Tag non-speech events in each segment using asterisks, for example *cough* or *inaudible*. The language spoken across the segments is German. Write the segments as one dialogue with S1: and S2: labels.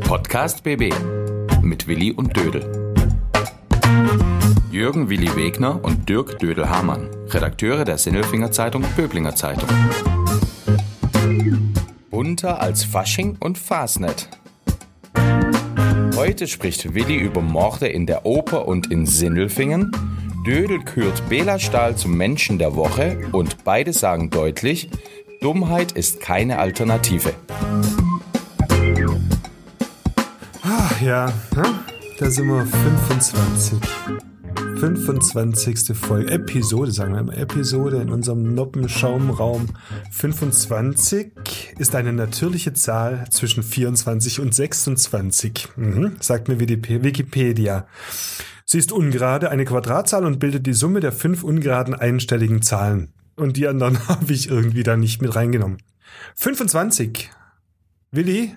S1: Podcast BB mit Willi und Dödel. Jürgen Willi Wegner und Dirk Dödel Hamann, Redakteure der Sinnelfinger Zeitung Böblinger Zeitung. Bunter als Fasching und Fasnet. Heute spricht Willi über Morde in der Oper und in Sindelfingen. Dödel kürt Bela Stahl zum Menschen der Woche und beide sagen deutlich, Dummheit ist keine Alternative.
S2: Ach ja, hm? da sind wir 25. 25. Folge, Episode, sagen wir immer, Episode in unserem Noppenschaumraum. 25 ist eine natürliche Zahl zwischen 24 und 26, mhm, sagt mir WDP Wikipedia. Sie ist ungerade, eine Quadratzahl und bildet die Summe der fünf ungeraden einstelligen Zahlen. Und die anderen *laughs* habe ich irgendwie da nicht mit reingenommen. 25. Willi,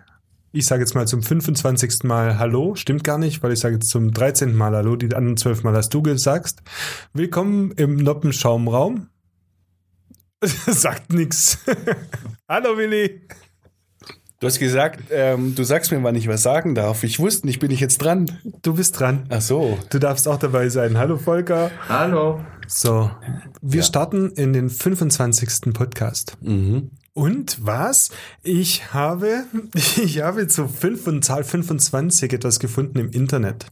S2: ich sage jetzt mal zum 25. Mal Hallo, stimmt gar nicht, weil ich sage jetzt zum 13. Mal Hallo, die anderen 12 Mal hast du gesagt. Willkommen im Noppenschaumraum. *laughs* sagt nix. *laughs* Hallo Willi.
S3: Du hast gesagt, ähm, du sagst mir, wann ich was sagen darf. Ich wusste nicht, bin ich jetzt dran?
S2: Du bist dran.
S3: Ach so.
S2: Du darfst auch dabei sein. Hallo Volker.
S4: Hallo.
S2: So, wir
S3: Ja.
S2: starten in den 25. Podcast.
S3: Mhm.
S2: Und was? Ich habe, *laughs* ich habe zu 5 und Zahl 25 etwas gefunden im Internet.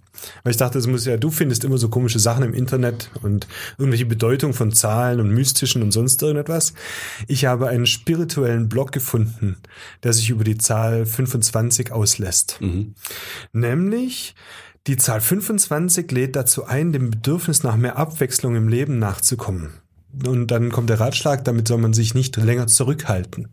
S2: Weil ich dachte, es muss ja, du findest immer so komische Sachen im Internet und irgendwelche Bedeutung von Zahlen und mystischen und sonst irgendetwas. Ich habe einen spirituellen Blog gefunden, der sich über die Zahl 25 auslässt. Nämlich die Zahl 25 lädt dazu ein, dem Bedürfnis nach mehr Abwechslung im Leben nachzukommen. Und dann kommt der Ratschlag, damit soll man sich nicht länger zurückhalten.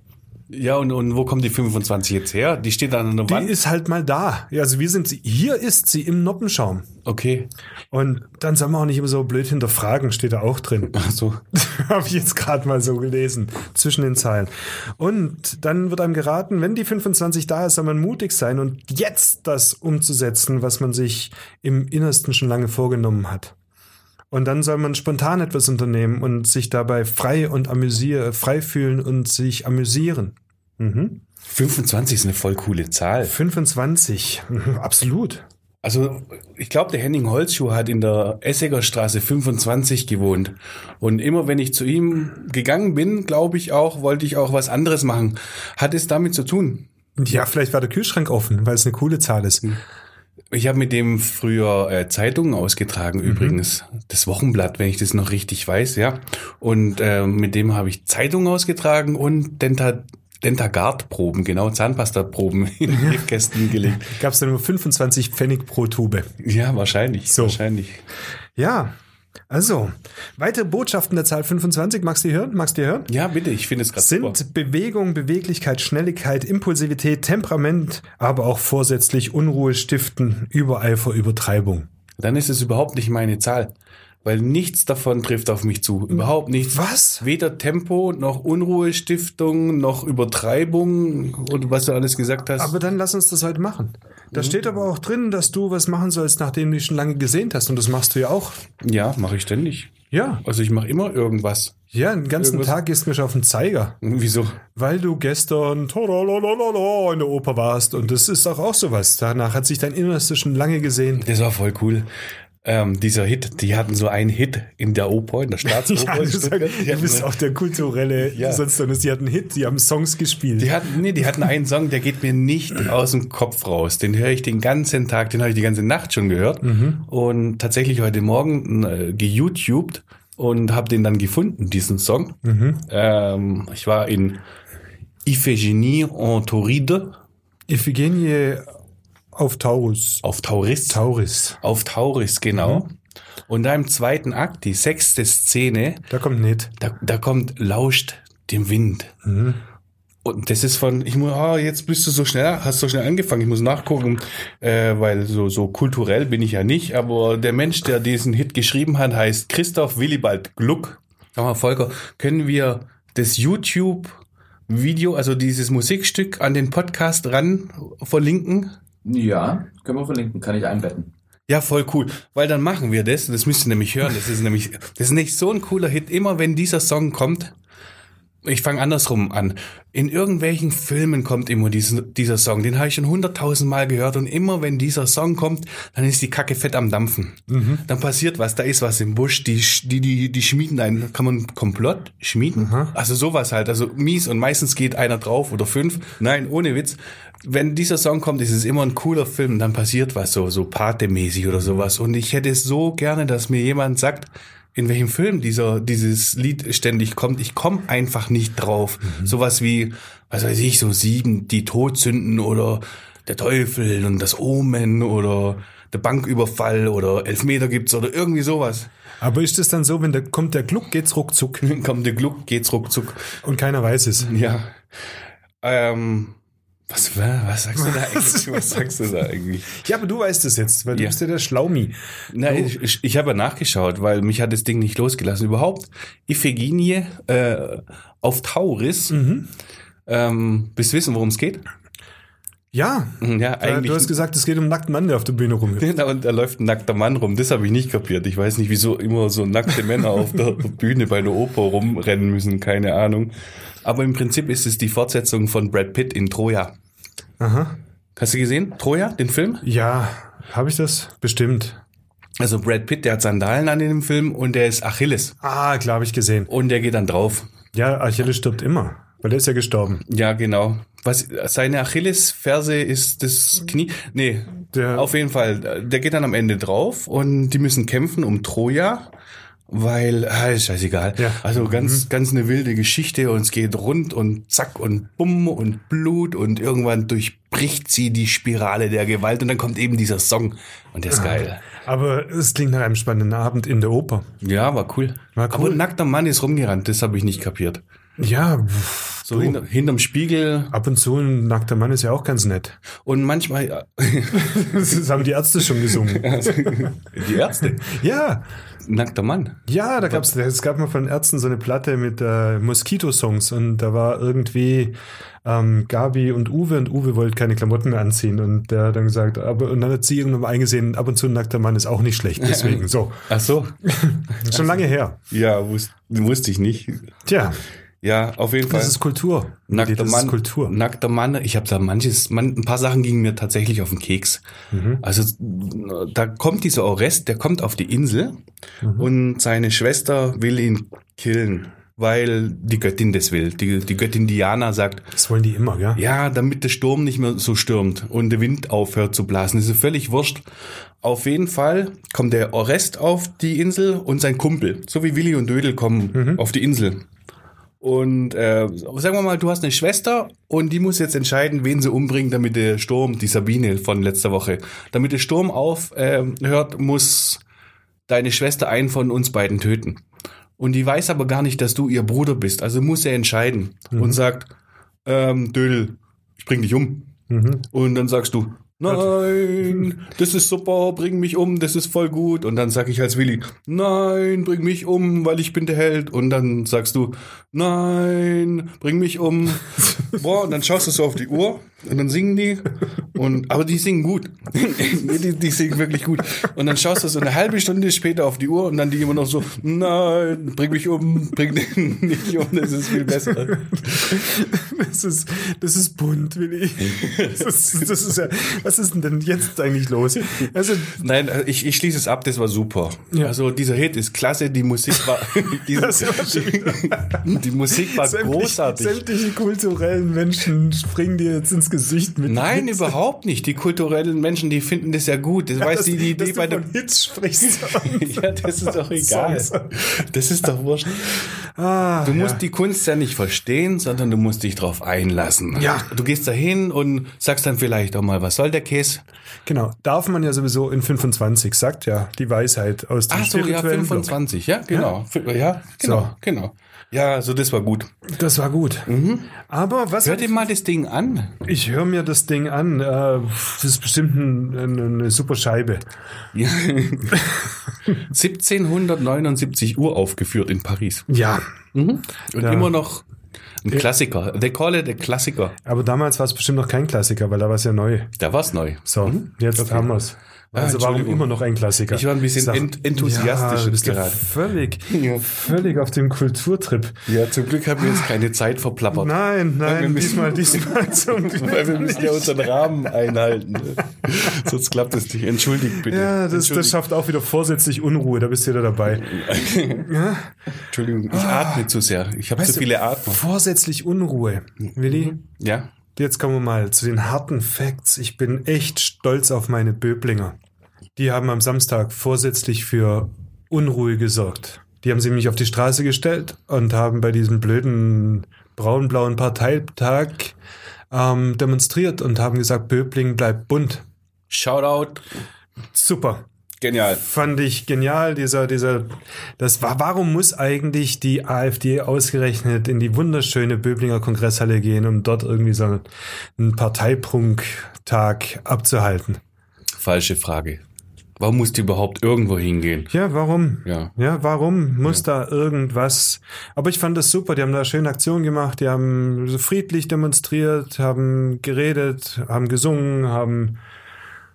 S3: Ja, und, und wo kommt die 25 jetzt her? Die steht an der
S2: Die
S3: Wand.
S2: ist halt mal da. Ja, Also wir sind sie, hier ist sie im Noppenschaum.
S3: Okay.
S2: Und dann soll man auch nicht immer so blöd hinterfragen, steht da auch drin.
S3: Ach so.
S2: *laughs* Habe ich jetzt gerade mal so gelesen, zwischen den Zeilen. Und dann wird einem geraten, wenn die 25 da ist, soll man mutig sein und jetzt das umzusetzen, was man sich im Innersten schon lange vorgenommen hat. Und dann soll man spontan etwas unternehmen und sich dabei frei und amüsier, frei fühlen und sich amüsieren. Mhm.
S3: 25 ist eine voll coole Zahl.
S2: 25, Mhm, *laughs* absolut.
S3: Also, ich glaube, der Henning Holzschuh hat in der Essiger Straße 25 gewohnt. Und immer wenn ich zu ihm gegangen bin, glaube ich auch, wollte ich auch was anderes machen. Hat es damit zu tun?
S2: Ja, vielleicht war der Kühlschrank offen, weil es eine coole Zahl ist.
S3: Ich habe mit dem früher äh, Zeitungen ausgetragen
S2: Mhm.
S3: übrigens. Das Wochenblatt, wenn ich das noch richtig weiß, ja. Und äh, mit dem habe ich Zeitungen ausgetragen und Denta, Dentagard-Proben, genau, Zahnpasta-Proben *laughs* in Briefkästen gelegt.
S2: Gab es dann nur 25 Pfennig pro Tube.
S3: Ja, wahrscheinlich.
S2: So.
S3: Wahrscheinlich.
S2: Ja, also, weitere Botschaften der Zahl 25, magst du die hören? Magst du die hören?
S3: Ja, bitte, ich finde es gerade
S2: Sind
S3: super.
S2: Bewegung, Beweglichkeit, Schnelligkeit, Impulsivität, Temperament, aber auch vorsätzlich Unruhe stiften, Übereifer, Übertreibung.
S3: Dann ist es überhaupt nicht meine Zahl. Weil nichts davon trifft auf mich zu. Überhaupt nichts.
S2: Was?
S3: Weder Tempo noch Unruhestiftung noch Übertreibung und was du alles gesagt hast.
S2: Aber dann lass uns das heute machen. Da
S3: Mhm.
S2: steht aber auch drin, dass du was machen sollst, nachdem du dich schon lange gesehnt hast. Und das machst du ja auch.
S3: ja, mache ich ständig.
S2: Ja,
S3: Also ich mache immer irgendwas.
S2: ja, den ganzen
S3: Irgendwas-
S2: Tag gehst du mir schon auf den Zeiger.
S3: Wieso?
S2: Weil du gestern tolololololo in der Oper warst. Und das ist doch auch sowas. Danach hat sich dein Innerstes schon lange gesehnt.
S3: Das war voll cool. Ähm, dieser Hit, die hatten so einen Hit in der Oper, *laughs* in der
S2: Ja, ne.
S3: Staatsoper. in
S2: du,
S3: Stuttgart.
S2: sagst,
S3: die,
S2: du
S3: hatten,
S2: bist auch der kulturelle,
S3: Ja.
S2: sonst dann ist, die hatten Hit, die haben Songs gespielt.
S3: die, hatten, nee, die hatten einen Song, der geht mir *laughs* nicht aus dem Kopf raus. Den höre ich den ganzen Tag, den habe ich die ganze Nacht schon gehört. Und tatsächlich heute Morgen äh, geYouTubed und habe den dann gefunden, diesen Song. Ähm, ich war in Iphigenie en Tauride
S2: Iphigenie auf Taurus.
S3: auf Tauris.
S2: Tauris.
S3: auf Tauris, genau. Und da im zweiten Akt, die sechste Szene,
S2: Da kommt nicht.
S3: Da, da kommt lauscht dem Wind. Und das ist von, ich muss, ah, jetzt bist du so schnell, hast so schnell angefangen, ich muss nachgucken, äh, weil so, so kulturell bin ich ja nicht, aber der Mensch, der diesen Hit geschrieben hat, heißt Christoph Willibald Gluck. Sag mal, Volker, können wir das YouTube-Video, also dieses Musikstück an den Podcast ran verlinken?
S4: Ja, können wir verlinken, kann ich einbetten.
S3: Ja, voll cool. Weil dann machen wir das. Das müsst ihr nämlich hören. Das ist nämlich, das ist nicht so ein cooler Hit. Immer wenn dieser Song kommt, ich fange andersrum an. In irgendwelchen Filmen kommt immer diesen, dieser Song. Den habe ich schon hunderttausend Mal gehört und immer wenn dieser Song kommt, dann ist die Kacke fett am Dampfen. Dann passiert was, da ist was im Busch, die, sch- die, die, die schmieden einen. Kann man Komplott schmieden? Also sowas halt, also mies und meistens geht einer drauf oder fünf. Nein, ohne Witz. Wenn dieser Song kommt, ist es immer ein cooler Film, dann passiert was so, so Pate-mäßig oder sowas. Und ich hätte es so gerne, dass mir jemand sagt, in welchem Film dieser, dieses Lied ständig kommt. Ich komme einfach nicht drauf. Sowas wie, was weiß ich, so sieben, die Todsünden oder der Teufel und das Omen oder der Banküberfall oder Elfmeter gibt's oder irgendwie sowas. *laughs*
S2: Aber ist es dann so, wenn da kommt der Gluck, geht's ruckzuck
S3: Kommt der Gluck, geht's ruckzuck.
S2: und keiner weiß es?
S3: Ja. Ähm, was, was sagst du da eigentlich? Was sagst du da eigentlich?
S2: Ja, aber du weißt es jetzt, weil du
S3: Ja.
S2: bist ja der Schlaumi.
S3: Na, ich, ich, ich habe ja nachgeschaut, weil mich hat das Ding nicht losgelassen. Überhaupt Iphigenie äh, auf Tauris.
S2: Mhm.
S3: Ähm, bist du wissen, worum es geht? *laughs*
S2: Ja, äh,
S3: Ja, Mhm. eigentlich.
S2: du
S3: *laughs*
S2: hast gesagt, es geht um einen nackten Mann, der auf der Bühne rumhüpft.
S3: Da- und da läuft ein nackter Mann rum. Das habe ich nicht kapiert. Ich weiß nicht, wieso immer so
S2: *laughs*
S3: nackte Männer auf der Bühne bei einer Oper rumrennen müssen. Keine Ahnung. Aber im Prinzip ist es die Fortsetzung von Brad Pitt in Troja.
S2: Aha.
S3: Hast du gesehen? Troja, den Film?
S2: Ja, habe ich das? Bestimmt.
S3: Also Brad Pitt, der hat Sandalen an in dem Film und der ist Achilles.
S2: Ah, klar, habe ich gesehen.
S3: Und der geht dann drauf.
S2: Ja, Achilles stirbt immer, weil der ist ja gestorben.
S3: Ja, genau. Was, seine Achillesferse ist das Knie. Nee,
S2: Der-
S3: auf jeden Fall. Der geht dann am Ende drauf und die müssen kämpfen um Troja, weil, ah, ist scheißegal.
S2: Ja. Mhm.
S3: Also ganz, ganz eine wilde Geschichte und es geht rund und zack und bumm und Blut und irgendwann durchbricht sie die Spirale der Gewalt und dann kommt eben dieser Song und
S2: Ah.
S3: der ist geil.
S2: Aber es klingt nach einem spannenden Abend in der Oper.
S3: Ja, war cool.
S2: War cool.
S3: Aber ein nackter Mann ist rumgerannt, das habe ich nicht kapiert.
S2: Ja, pff,
S3: So hinter, hinterm Spiegel
S2: ab und zu ein nackter Mann ist ja auch ganz nett. *laughs*
S3: und manchmal äh,
S2: Das haben die Ärzte schon
S3: *laughs*
S2: gesungen.
S3: die Ärzte.
S2: Ja,
S3: Nackter Mann.
S2: ja, da gab's, es gab mal von Ärzten so eine Platte mit äh, Moskitosongs und da war irgendwie ähm, Gabi und Uwe und Uwe wollte keine Klamotten mehr anziehen und der hat dann gesagt, aber und dann hat sie irgendwann mal eingesehen, ab und zu ein nackter Mann ist auch nicht schlecht, deswegen
S3: *laughs*
S2: so.
S3: Ach so.
S2: Schon lange her.
S3: Ja, wus wusste ich nicht.
S2: Tja,
S3: Ja, auf jeden Fall.
S2: das ist Kultur.
S3: nackter
S2: das
S3: Mann.
S2: ist Kultur.
S3: Nackter Mann. Ich habe da manches, man, ein paar Sachen gingen mir tatsächlich auf den Keks.
S2: Mhm.
S3: Also da kommt dieser Orest, der kommt auf die Insel
S2: Mhm.
S3: und seine Schwester will ihn killen, weil die Göttin das will. Die, die Göttin Diana sagt,
S2: Das wollen die immer, gell?
S3: Ja, damit der Sturm nicht mehr so stürmt und der Wind aufhört zu blasen. Das ist völlig wurscht. Auf jeden Fall kommt der Orest auf die Insel und sein Kumpel. So wie Willi und Dödel kommen auf die Insel. Und äh, sagen wir mal, du hast eine Schwester und die muss jetzt entscheiden, wen sie umbringt, damit der Sturm, die Sabine von letzter Woche, damit der Sturm aufhört, hört, muss deine Schwester einen von uns beiden töten. Und die weiß aber gar nicht, dass du ihr Bruder bist. Also muss er entscheiden und sagt, ähm, Dödel, ich bring dich um. Und dann sagst du, nein, das ist super, bring mich um, das ist voll gut. Und dann sag ich als Willi, nein, bring mich um, weil ich bin der Held. Und dann sagst du, nein, bring mich um. Boah, und dann schaust du so auf die Uhr und dann singen die. Und, aber die singen gut. *laughs* die, die singen wirklich gut. Und dann schaust du so eine halbe Stunde später auf die Uhr und dann die immer noch so, nein, bring mich um, bring *laughs* den nicht um, das ist viel besser.
S2: *laughs* Das ist, das ist bunt, Willi. Das ist, das ist ja, was ist denn jetzt eigentlich los? Also,
S3: Nein, also ich, ich schließe es ab, das war super.
S2: Ja.
S3: Also dieser Hit ist klasse, die Musik war, *laughs* die,
S2: Das war schon
S3: die, die Musik war
S2: sämtliche,
S3: großartig.
S2: sämtliche kulturellen Menschen springen dir jetzt ins Gesicht mit.
S3: Nein, überhaupt nicht. Die kulturellen Menschen, die finden das ja
S2: *laughs*
S3: gut. Das weiß
S2: dass,
S3: die, die
S2: dass
S3: Idee
S2: du
S3: bei
S2: von
S3: dem.
S2: Hits sprichst.
S3: *laughs* Ja,
S2: *laughs*
S3: das ist doch egal.
S2: Songs.
S3: Das ist doch wurscht.
S2: Ah,
S3: Du musst die Kunst ja nicht verstehen, sondern du musst dich drauf einlassen.
S2: Ja.
S3: Du gehst da hin und sagst dann vielleicht auch mal, was soll der Käse?
S2: Genau, darf man ja sowieso in 25, sagt ja die Weisheit aus dem
S3: Ach so, ja,
S2: spirituellen Block.
S3: 25. Ja, genau. Ja, genau,
S2: So.
S3: genau. Ja, so das war gut.
S2: Das war gut.
S3: Mhm.
S2: Aber was
S3: Hör dir mal das Ding an.
S2: Ich höre mir das Ding an. Äh, Das ist bestimmt ein, ein, eine super Scheibe.
S3: Ja. *laughs* 1779 Uhr aufgeführt in Paris.
S2: Ja.
S3: Und
S2: Ja.
S3: immer noch Ein Klassiker. They call it a Klassiker.
S2: Aber damals war es bestimmt noch kein Klassiker, weil da war es ja neu.
S3: Da war's neu.
S2: So, jetzt haben wir es. Also warum
S3: Mhm. Ah, Entschuldigung.
S2: immer noch ein Klassiker?
S3: Ich war ein bisschen ent- enthusiastisch
S2: Ja, du bist
S3: jetzt
S2: ja
S3: gerade.
S2: völlig,
S3: *laughs* Ja.
S2: völlig auf dem Kulturtrip.
S3: Ja, zum Glück haben wir jetzt keine Zeit verplappert.
S2: Nein,
S3: wir
S2: nein, diesmal,
S3: müssen-
S2: diesmal zum
S3: *laughs* Weil wir müssen ja unseren Rahmen einhalten. *laughs* Sonst klappt es nicht. Entschuldigt bitte.
S2: Ja, das, das schafft auch wieder vorsätzlich Unruhe, da bist du wieder dabei.
S3: Entschuldigung, ich atme zu sehr. Ich habe zu
S2: du,
S3: viele Mhm. Atmer.
S2: Vorsätzlich Unruhe. Willi,
S3: Ja.
S2: jetzt kommen wir mal zu den harten Facts. Ich bin echt stolz auf meine Böblinger. Die haben am Samstag vorsätzlich für Unruhe gesorgt. Die haben sie mich auf die Straße gestellt und haben bei diesem blöden braun-blauen Parteitag ähm, demonstriert und haben gesagt, Böbling bleibt bunt.
S3: Shoutout.
S2: Super.
S3: Genial.
S2: fand ich genial, dieser, dieser, das war, warum muss eigentlich die AfD ausgerechnet in die wunderschöne Böblinger Kongresshalle gehen, um dort irgendwie so einen, einen Parteiprunktag abzuhalten?
S3: Falsche Frage. Warum musst du überhaupt irgendwo hingehen?
S2: Ja, warum?
S3: Ja.
S2: Ja, warum muss da irgendwas? Aber ich fand das super. Die haben da schöne Aktionen gemacht. Die haben so friedlich demonstriert, haben geredet, haben gesungen, haben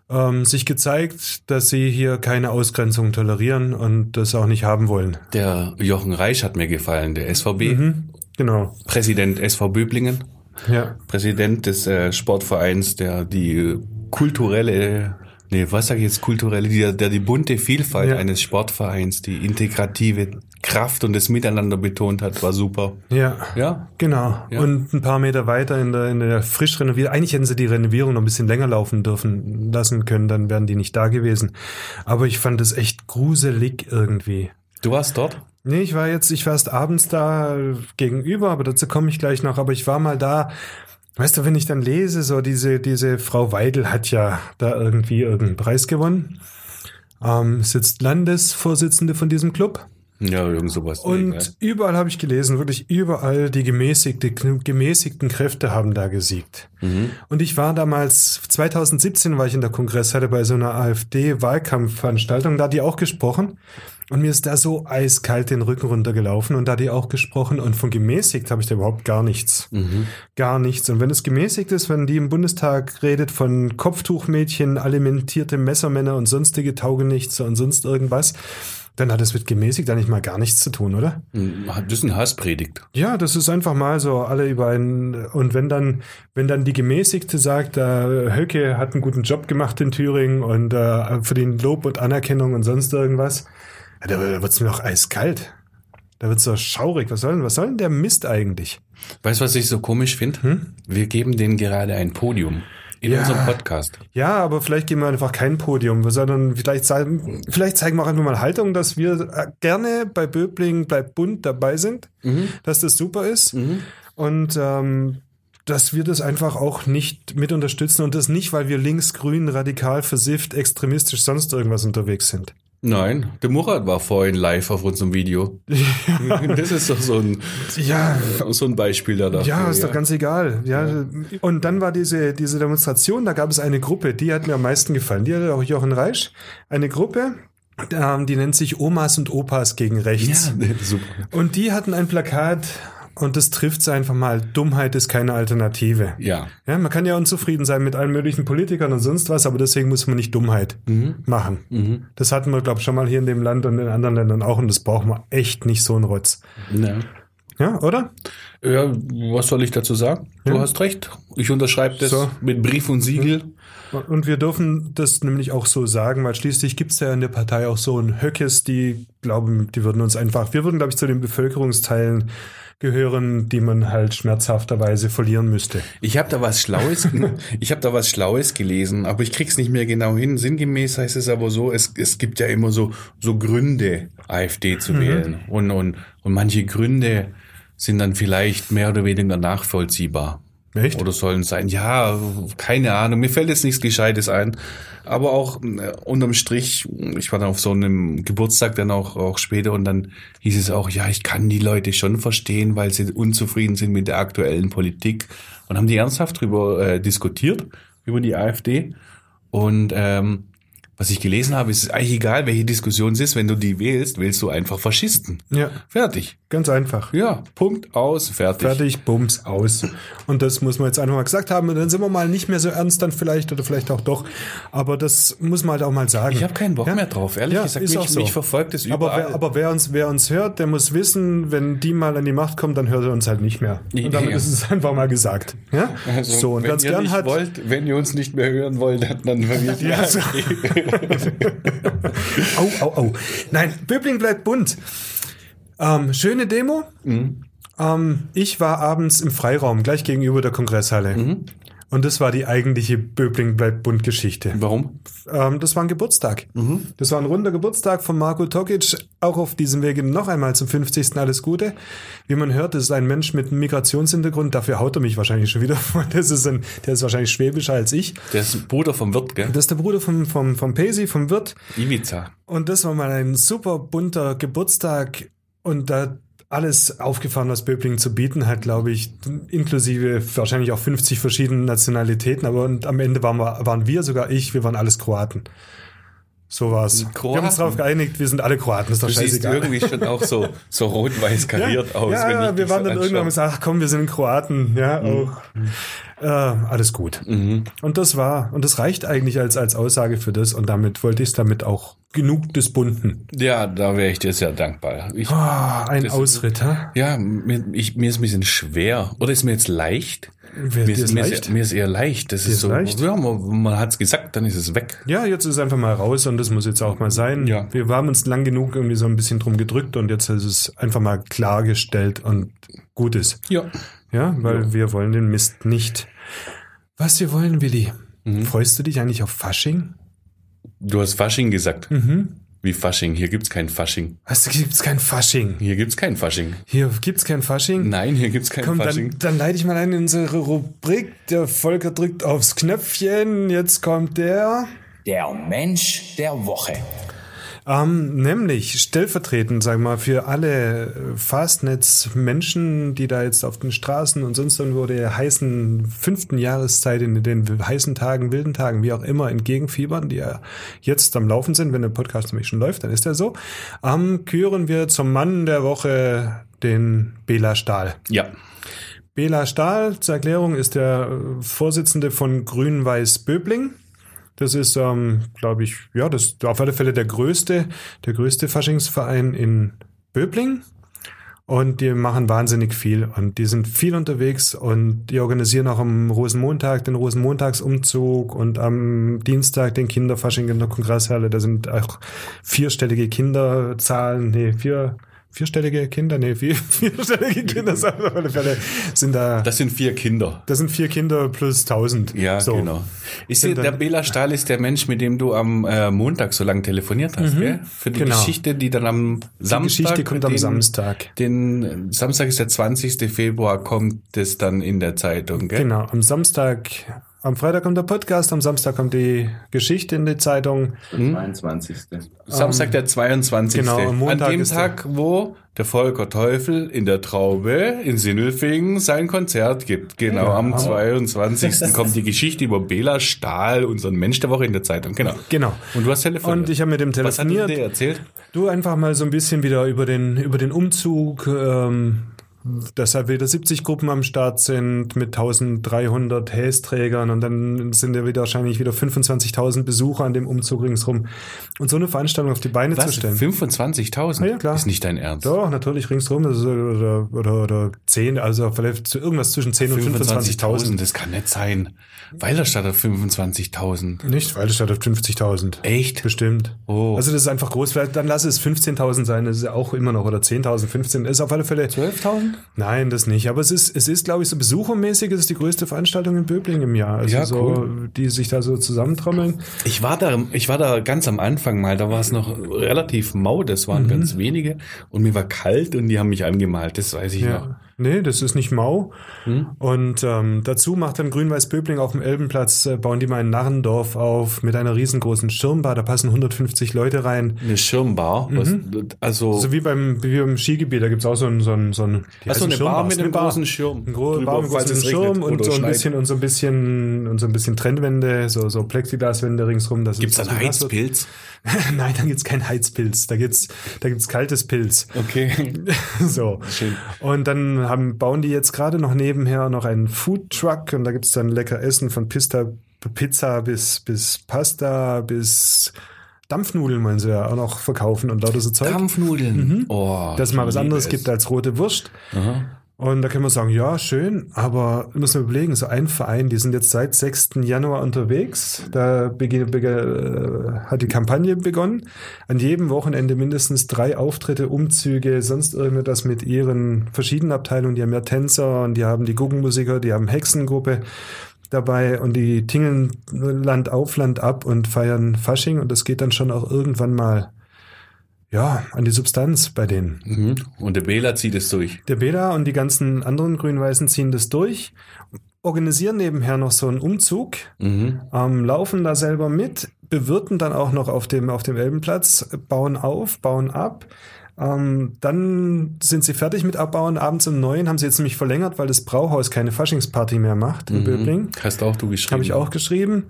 S2: ähm, sich gezeigt, dass sie hier keine Ausgrenzung tolerieren und das auch nicht haben wollen.
S3: Der Jochen Reich hat mir gefallen, der SVB,
S2: Mhm, genau.
S3: Präsident SV Böblingen,
S2: Ja.
S3: Präsident des äh, Sportvereins, der die äh, kulturelle, nee, was sag ich jetzt kulturelle, der, der die bunte Vielfalt
S2: Ja.
S3: eines Sportvereins, die integrative Kraft und das Miteinander betont hat, war super.
S2: Ja.
S3: Ja,
S2: Genau.
S3: Ja.
S2: Und ein paar Meter weiter in der, in der frisch renovierten, eigentlich hätten sie die Renovierung noch ein bisschen länger laufen dürfen, lassen können, dann wären die nicht da gewesen. Aber ich fand es echt gruselig irgendwie.
S3: du warst dort?
S2: Nee, ich war jetzt, ich war erst abends da äh, gegenüber, aber dazu komme ich gleich noch. Aber ich war mal da, weißt du, wenn ich dann lese, so diese, diese Frau Weidel hat ja da irgendwie irgendeinen Preis gewonnen. Ähm, sitzt Landesvorsitzende von diesem Club.
S3: Ja, irgend sowas.
S2: Und
S3: Egal.
S2: überall habe ich gelesen, wirklich überall die gemäßigte, gemäßigten Kräfte haben da gesiegt. Und ich war damals, 2017 war ich in der Kongresshalle bei so einer AfD-Wahlkampfveranstaltung, da hat die auch gesprochen. Und mir ist da so eiskalt den Rücken runtergelaufen und da hat die auch gesprochen. Und von gemäßigt habe ich da überhaupt gar nichts. Gar nichts. Und wenn es gemäßigt ist, wenn die im Bundestag redet von Kopftuchmädchen, alimentierte Messermänner und sonstige Taugenichtse und sonst irgendwas, dann hat es mit gemäßigt eigentlich mal gar nichts zu tun, oder?
S3: Hm, Das ist eine Hasspredigt.
S2: Ja, das ist einfach mal so alle über einen. Und wenn dann, wenn dann die Gemäßigte sagt, äh, Höcke hat einen guten Job gemacht in Thüringen und äh, für den Lob und Anerkennung und sonst irgendwas, ja, da, da wird's mir doch eiskalt. Da wird's doch schaurig. Was soll denn, was soll denn der Mist eigentlich?
S3: Weißt du, was ich so komisch finde? Wir geben denen gerade ein Podium in
S2: Hm? Ja.
S3: unserem Podcast.
S2: Ja, aber vielleicht geben wir einfach kein Podium, sondern vielleicht, zeigen- vielleicht zeigen wir auch einfach mal Haltung, dass wir äh, gerne bei Böbling bleibt bunt dabei sind, dass das super ist und ähm, dass wir das einfach auch nicht mit unterstützen und das nicht, weil wir links, grün, radikal, versifft, extremistisch, sonst irgendwas unterwegs sind.
S3: Nein, der Murat war vorhin live auf unserem Video.
S2: *laughs*
S3: Das ist doch so ein,
S2: Ja,
S3: so ein Beispiel da dafür.
S2: Ja, ist doch ganz egal. Ja. Und dann war diese, diese Demonstration, da gab es eine Gruppe, die hat mir am meisten gefallen. Die hat auch Jochen Reisch. Eine Gruppe, ähm, die nennt sich Omas und Opas gegen Rechts.
S3: Ja, super.
S2: Und die hatten ein Plakat und das trifft's einfach mal. Dummheit ist keine Alternative.
S3: Ja.
S2: Ja, man kann ja unzufrieden sein mit allen möglichen Politikern und sonst was, aber deswegen muss man nicht Dummheit
S3: Mhm.
S2: machen. Das hatten wir, glaube ich, schon mal hier in dem Land und in anderen Ländern auch und das brauchen wir echt nicht so einen Rotz.
S3: Ja.
S2: Ja, oder?
S3: ja, was soll ich dazu sagen? Du hast recht. Ich unterschreibe das
S2: So.
S3: mit Brief und Siegel.
S2: Und wir dürfen das nämlich auch so sagen, weil schließlich gibt es ja in der Partei auch so ein Höckes, die glauben, die würden uns einfach, wir würden, glaube ich, zu den Bevölkerungsteilen gehören, die man halt schmerzhafterweise verlieren müsste.
S3: Ich habe da was Schlaues, *laughs* ich habe da was Schlaues gelesen, aber ich krieg's nicht mehr genau hin. Sinngemäß heißt es aber so, es, es gibt ja immer so so Gründe, AfD zu wählen und und und manche Gründe sind dann vielleicht mehr oder weniger nachvollziehbar.
S2: Echt?
S3: Oder sollen sein. Ja, keine Ahnung. Mir fällt jetzt nichts Gescheites ein. Aber auch äh, unterm Strich, ich war dann auf so einem Geburtstag dann auch, auch später und dann hieß es auch, ja, ich kann die Leute schon verstehen, weil sie unzufrieden sind mit der aktuellen Politik. Und haben die ernsthaft drüber äh, diskutiert, über die AfD. Und ähm, was ich gelesen habe, ist es eigentlich egal, welche Diskussion es ist, wenn du die wählst, wählst du einfach Faschisten.
S2: Ja,
S3: Fertig.
S2: ganz einfach.
S3: Ja, Punkt aus, fertig.
S2: Fertig, Bums, aus. Und das muss man jetzt einfach mal gesagt haben. Und dann sind wir mal nicht mehr so ernst dann vielleicht oder vielleicht auch doch. Aber das muss man halt auch mal sagen.
S3: Ich habe keinen Bock
S2: Ja.
S3: mehr drauf, ehrlich
S2: Ja,
S3: gesagt.
S2: ist
S3: Mich,
S2: auch so.
S3: mich verfolgt es
S2: aber
S3: überall.
S2: wer, aber wer uns, wer uns hört, der muss wissen, wenn die mal an die Macht kommen, dann hört er uns halt nicht mehr. Und damit
S3: Ja.
S2: ist es einfach mal gesagt. Ja? so, und
S3: Also, wenn
S2: ganz
S3: ihr
S2: gern
S3: nicht
S2: hat.
S3: wollt, wenn ihr uns nicht mehr hören wollt, dann,
S2: *laughs*
S3: dann verliert ihr. *laughs*
S2: so. Au, au, au. Nein, Böbling bleibt bunt. Ähm, schöne Demo.
S3: Mhm.
S2: Ähm, ich war abends im Freiraum, gleich gegenüber der Kongresshalle.
S3: Mhm.
S2: Und das war die eigentliche Böbling bleibt bunt Geschichte.
S3: Warum?
S2: Ähm, das war ein Geburtstag. Das war ein runder Geburtstag von Marco Tokic. Auch auf diesem Wege noch einmal zum 50. Alles Gute. Wie man hört, das ist ein Mensch mit einem Migrationshintergrund. Dafür haut er mich wahrscheinlich schon wieder. *laughs* vor. Das ist ein, der ist wahrscheinlich schwäbischer als ich.
S3: Der ist Bruder vom Wirt, gell?
S2: Das ist der Bruder vom, vom, vom Pesi, vom Wirt.
S3: Ibiza.
S2: Und das war mal ein super bunter Geburtstag und da alles aufgefahren, was Böblingen zu bieten hat, glaube ich, inklusive wahrscheinlich auch 50 verschiedenen Nationalitäten, aber und am Ende waren wir, waren wir sogar ich, wir waren alles Kroaten. So war's. Wir haben uns
S3: Kroaten?
S2: darauf geeinigt, wir sind alle Kroaten, ist doch
S3: Du siehst
S2: scheißegal.
S3: irgendwie schon auch so, so rot-weiß kariert
S2: ja,
S3: aus.
S2: ja,
S3: wenn ich
S2: ja,
S3: dich
S2: wir waren
S3: so
S2: dann irgendwann
S3: anschaue. Mhm.
S2: gesagt, ach komm, wir sind Kroaten, ja, auch. Äh, alles gut. Und das war, und das reicht eigentlich als, als Aussage für das, und damit wollte ich es damit auch genug des Bunten.
S3: Ja, da wäre ich dir sehr dankbar. Ich,
S2: Ah, ein
S3: Das-
S2: Ausritt, ha?
S3: ja, mir, ich, mir ist ein bisschen schwer. Oder ist mir jetzt leicht?
S2: Wer-
S3: mir,
S2: dir ist
S3: mir,
S2: leicht?
S3: Ist, mir ist eher leicht. Das ist,
S2: ist
S3: so,
S2: leicht?
S3: ja, man, man hat's gesagt, dann ist es weg.
S2: Ja, jetzt ist einfach mal raus und das muss jetzt auch mal sein.
S3: Ja.
S2: Wir haben uns lang genug irgendwie so ein bisschen drum gedrückt und jetzt ist es einfach mal klargestellt und gut ist.
S3: Ja.
S2: Ja, weil wir wollen den Mist nicht. Was wir wollen, Willi.
S3: Mhm.
S2: Freust du dich eigentlich auf Fasching?
S3: Du hast Fasching gesagt.
S2: Mhm.
S3: Wie Fasching? Hier gibt's kein Fasching.
S2: Was gibt's kein Fasching?
S3: Hier gibt's kein Fasching.
S2: Hier gibt's kein Fasching?
S3: Nein, hier gibt's kein
S2: Komm,
S3: Fasching.
S2: dann, dann leite ich mal ein in unsere Rubrik. Der Volker drückt aufs Knöpfchen. Jetzt kommt der.
S1: Der Mensch der Woche.
S2: Ähm, nämlich stellvertretend, sag mal, für alle äh, Fastnetz-Menschen, die da jetzt auf den Straßen und sonst irgendwo der heißen fünften Jahreszeit, in den heißen Tagen, wilden Tagen, wie auch immer, entgegenfiebern, die ja jetzt am Laufen sind. Wenn der Podcast nämlich schon läuft, dann ist er so. Ähm, küren wir zum Mann der Woche den Bela Stahl.
S3: ja.
S2: Bela Stahl, zur Erklärung, ist der äh, Vorsitzende von Grün-Weiß Böbling. Das ist, ähm, glaube ich, ja, das auf alle Fälle der größte, der größte Faschingsverein in Böbling. Und die machen wahnsinnig viel und die sind viel unterwegs und die organisieren auch am Rosenmontag den Rosenmontagsumzug und am Dienstag den Kinderfasching in der Kongresshalle. Da sind auch vierstellige Kinderzahlen, nee, vier, vierstellige Kinder, nee, vier, *laughs* vierstellige Kinder sind auf alle Fälle sind da.
S3: Das sind vier Kinder.
S2: Das sind vier Kinder plus tausend.
S3: Ja, genau. Ist der,
S2: dann-
S3: der Bela Stahl ist der Mensch, mit dem du am äh, Montag so lange telefoniert hast, gell? Für die
S2: genau.
S3: Geschichte, die dann am Samstag.
S2: Geschichte kommt am
S3: den,
S2: Samstag.
S3: Den äh, Samstag ist der 20. Februar, kommt es dann in der Zeitung, gell?
S2: Genau, am Samstag, am Freitag kommt der Podcast, am Samstag kommt die Geschichte in die Zeitung.
S5: Der 22.
S3: Samstag, der 22.
S2: Ähm, genau, am Montag
S3: An dem
S2: ist der-
S3: Tag, wo der Volker Teufel in der Traube in Sindelfingen sein Konzert gibt. Genau, am 22. kommt die Geschichte über Bela Stahl, unseren Mensch der Woche in der Zeitung. Genau.
S2: Genau.
S3: Und du hast telefoniert.
S2: Und ich habe mit dem
S3: Was hat er dir
S2: telefoniert.
S3: erzählt?
S2: Du einfach mal so ein bisschen wieder über den, über den Umzug, ähm, dass da wieder 70 Gruppen am Start sind mit 1300 Hästrägern und dann sind ja wieder wahrscheinlich wieder 25.000 Besucher an dem Umzug ringsrum. Und so eine Veranstaltung auf die Beine zu
S3: Was?
S2: stellen.
S3: 25.000?
S2: Ah, ja, klar.
S3: Ist nicht dein Ernst.
S2: Doch, natürlich ringsrum das ist, oder, oder, oder 10, also vielleicht zu irgendwas zwischen 10 und 25.000.
S3: das kann nicht sein. Weilerstadt hat 25.000.
S2: Nicht, weil es statt auf 50.000.
S3: Echt?
S2: Bestimmt.
S3: Oh.
S2: Also das ist einfach groß. Vielleicht dann lass es 15.000 sein. Das ist ja auch immer noch oder 10.000, 15. Ist auf alle Fälle.
S3: 12.000?
S2: Nein, das nicht. Aber es ist, es ist, glaube ich, so besuchermäßig. Es ist die größte Veranstaltung in Böblingen im Jahr. Also
S3: Ja,
S2: so, die sich da so zusammentrommeln.
S3: Ich war da, ich war da ganz am Anfang mal, da war es noch
S2: Mhm.
S3: relativ mau, das waren ganz wenige und mir war kalt und die haben mich angemalt, das weiß ich noch.
S2: Ja. Nee, das ist nicht mau.
S3: Hm?
S2: Und ähm, dazu macht dann Grün-Weiß-Böbling auf dem Elbenplatz, äh, bauen die mal ein Narrendorf auf mit einer riesengroßen Schirmbar. Da passen 150 Leute rein.
S3: Eine Schirmbar. Was, also,
S2: Mhm. So wie beim, wie beim Skigebiet, da gibt's auch so ein, so ein, so ein die
S3: Ach so,
S2: heißen
S3: eine Bar
S2: Schirmbars,
S3: mit
S2: eine
S3: einem großen Schirm
S2: Ein großer
S3: drüber,
S2: Bar mit
S3: falls
S2: großem
S3: es regnet
S2: Schirm und
S3: oder
S2: so ein
S3: schneit.
S2: bisschen und so ein bisschen und so ein bisschen Trennwände, so, so Plexiglaswände ringsrum. Das
S3: gibt's da einen
S2: Heizpilz? *laughs*
S3: Heizpilz?
S2: Nein, da gibt's keinen Heizpilz. Da gibt's, da gibt's kaltes Pilz.
S6: Okay.
S2: *laughs* So. Und dann haben, bauen die jetzt gerade noch nebenher noch einen Foodtruck und da gibt's dann lecker Essen von Pista, Pizza bis, bis Pasta bis Dampfnudeln wollen sie ja auch noch verkaufen und lauter so Zeug.
S3: Kampfnudeln. Oh,
S2: Mhm. dass es mal was
S3: ich liebe
S2: anderes
S3: es.
S2: gibt als rote Wurst. Und da können wir sagen, ja, schön, aber müssen wir überlegen, so ein Verein, die sind jetzt seit 6. Januar unterwegs, da bege- bege- äh, hat die Kampagne begonnen, an jedem Wochenende mindestens drei Auftritte, Umzüge, sonst irgendetwas mit ihren verschiedenen Abteilungen, die haben ja Tänzer und die haben die Guggenmusiker, die haben Hexengruppe dabei und die tingeln Land auf, Land ab und feiern Fasching und das geht dann schon auch irgendwann mal, ja, an die Substanz bei denen.
S3: Mhm. Und der Bela zieht es durch.
S2: Der Beda und die ganzen anderen Grün-Weißen ziehen das durch, organisieren nebenher noch so einen Umzug,
S3: Mhm.
S2: ähm, laufen da selber mit, bewirten dann auch noch auf dem, auf dem Elbenplatz, bauen auf, bauen ab. Ähm, dann sind sie fertig mit Abbauen. Abends um neun haben sie jetzt nämlich verlängert, weil das Brauhaus keine Faschingsparty mehr macht
S3: Mhm.
S2: in Böbling.
S3: Hast auch du geschrieben.
S2: Habe ich auch geschrieben.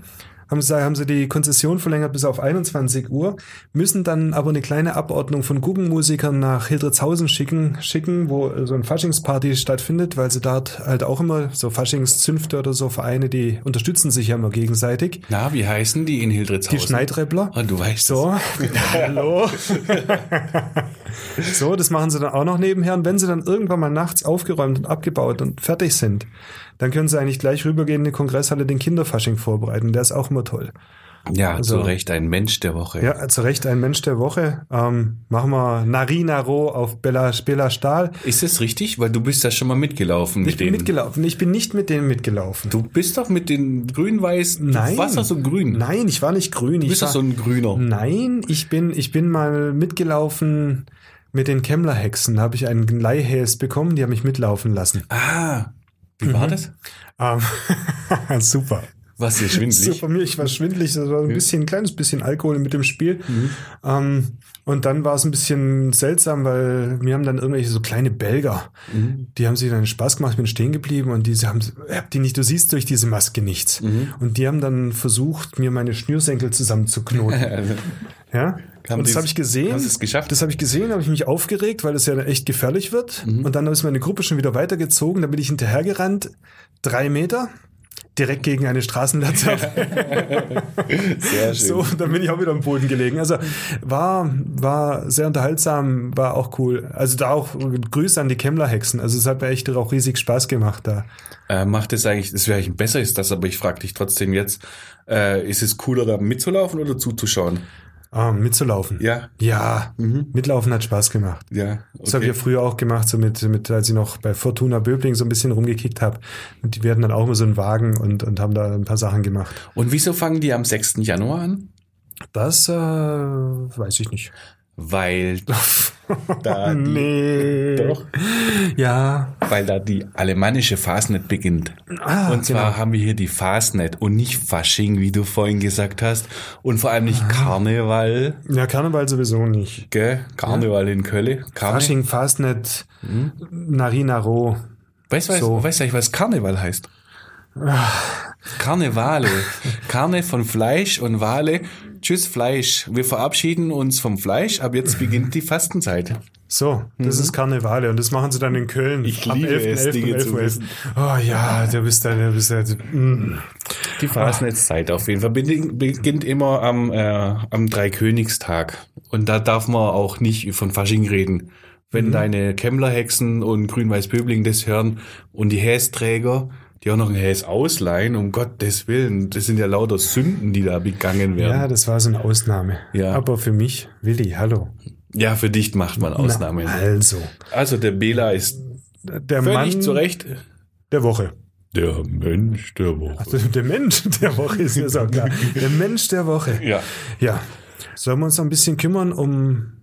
S2: Haben sie, haben sie die Konzession verlängert bis auf 21 Uhr, müssen dann aber eine kleine Abordnung von Guggenmusikern nach Hildritzhausen schicken, schicken, wo äh, so ein Faschingsparty stattfindet, weil sie dort halt auch immer so Faschingszünfte oder so Vereine, die unterstützen sich ja immer gegenseitig.
S3: Na, wie heißen die in Hildritzhausen?
S2: Die Schneidreppler.
S3: Ah, du weißt
S2: So, *laughs*
S3: *laughs*
S2: hallo. so, das machen sie dann auch noch nebenher. Und wenn sie dann irgendwann mal nachts aufgeräumt und abgebaut und fertig sind, dann können sie eigentlich gleich rübergehen in die Kongresshalle den Kinderfasching vorbereiten. Der ist auch immer toll.
S3: Ja,
S2: Also-
S3: zu Recht, ein Mensch der Woche.
S2: Ja, zu Recht ein Mensch der Woche. Ähm, machen wir Narinaro auf Bella, Bella Stahl.
S3: Ist es richtig? Weil du bist da schon mal mitgelaufen
S2: Ich
S3: mit
S2: bin
S3: denen.
S2: mitgelaufen. Ich bin nicht mit denen mitgelaufen.
S3: du bist doch mit den grün-weiß.
S2: Nein.
S3: Du warst doch so grün.
S2: Nein, ich war nicht grün.
S3: Du
S2: Ich
S3: bist doch
S2: war-
S3: so ein Grüner.
S2: Nein, ich bin, ich bin mal mitgelaufen mit den Kemmler-Hexen. Da habe ich einen Leihhäs bekommen, die haben mich mitlaufen lassen.
S3: Ah, wie war das?
S2: Ähm, *laughs* super.
S3: Was hier schwindelig.
S2: *laughs* Super, mir, ich war schwindelig, das war ein bisschen, ein kleines bisschen Alkohol mit dem Spiel. Ähm, und dann war es ein bisschen seltsam, weil mir haben dann irgendwelche so kleine Belger, die haben sich dann Spaß gemacht, ich bin stehen geblieben und diese haben, ich hab die nicht, du siehst durch diese Maske nichts. Und die haben dann versucht, mir meine Schnürsenkel zusammenzuknoten.
S3: Also,
S2: Ja?
S3: Haben
S2: und das
S3: die's-
S2: habe ich gesehen.
S3: hast du's geschafft?
S2: Das habe ich gesehen, habe ich mich aufgeregt, weil es ja echt gefährlich wird.
S3: Mhm.
S2: Und dann ist meine Gruppe schon wieder weitergezogen. Da bin ich hinterhergerannt, drei Meter, direkt gegen eine *laughs* Straßenlaterne.
S3: Sehr schön.
S2: so, dann bin ich auch wieder am Boden gelegen. Also war, war sehr unterhaltsam, war auch cool. Also da auch Grüße an die Kemmler-Hexen. Also es hat mir echt auch riesig Spaß gemacht da.
S3: Äh, macht es eigentlich, das wäre eigentlich besser ist das, aber ich frage dich trotzdem jetzt, äh, ist es cooler da mitzulaufen oder zuzuschauen?
S2: Ah, mitzulaufen.
S3: Ja, Mhm.
S2: Ja, mitlaufen hat Spaß gemacht.
S3: ja.
S2: Das habe ich ja früher auch gemacht, so mit, mit, als ich noch bei Fortuna Böbling so ein bisschen rumgekickt habe. Und die werden dann auch immer so einen Wagen und, und haben da ein paar Sachen gemacht.
S3: Und wieso fangen die am 6. Januar an?
S2: Das äh, weiß ich nicht. *laughs*
S3: Weil
S2: Ah,
S3: da die,
S2: Nee.
S3: doch,
S2: Ja.
S3: weil da die alemannische Fastnet beginnt.
S2: Ah,
S3: und zwar haben wir hier die Fastnet und nicht Fasching, wie du vorhin gesagt hast, und vor allem
S2: Ah.
S3: nicht Karneval,
S2: Ja, Karneval sowieso nicht.
S3: gell? Karneval in Köln. Karne
S2: Fasching, Fastnet,
S3: Hm?
S2: Narinaro.
S3: Weißt du,
S2: So. Ah.
S3: so. weißt, du, was Karneval heißt?
S2: *laughs*
S3: Karnevale. Karne von Fleisch und Wale. Tschüss Fleisch. Wir verabschieden uns vom Fleisch. Ab jetzt beginnt die Fastenzeit.
S2: So, das ist Karnevale und das machen sie dann in Köln.
S3: Mhm. Ich liebe es, Dinge zu wissen.
S2: Oh ja, du bist da, du bist da. mm.
S3: Die Fastnetzzeit auf jeden Fall Beginn- beginnt immer am, äh, am Dreikönigstag. Und da darf man auch nicht von Fasching reden. Wenn
S2: Mhm.
S3: deine Kemmlerhexen und Grün-Weiß-Böbling das hören und die Hästräger, die auch noch ein Häs ausleihen, um Gottes Willen, das sind ja lauter Sünden, die da begangen werden.
S2: Ja, das war so eine Ausnahme.
S3: Ja.
S2: Aber für mich, Willi, hallo.
S3: Ja, für dich macht man Ausnahmen.
S2: Na, also.
S3: Also der Bela ist
S2: Der
S3: völlig
S2: Mann
S3: zu Recht
S2: der Woche. *laughs*
S3: der Mensch der Woche.
S2: Also der Mensch der Woche ist mir so klar. Der Mensch der Woche.
S3: Ja.
S2: Ja. Sollen wir uns noch ein bisschen kümmern um,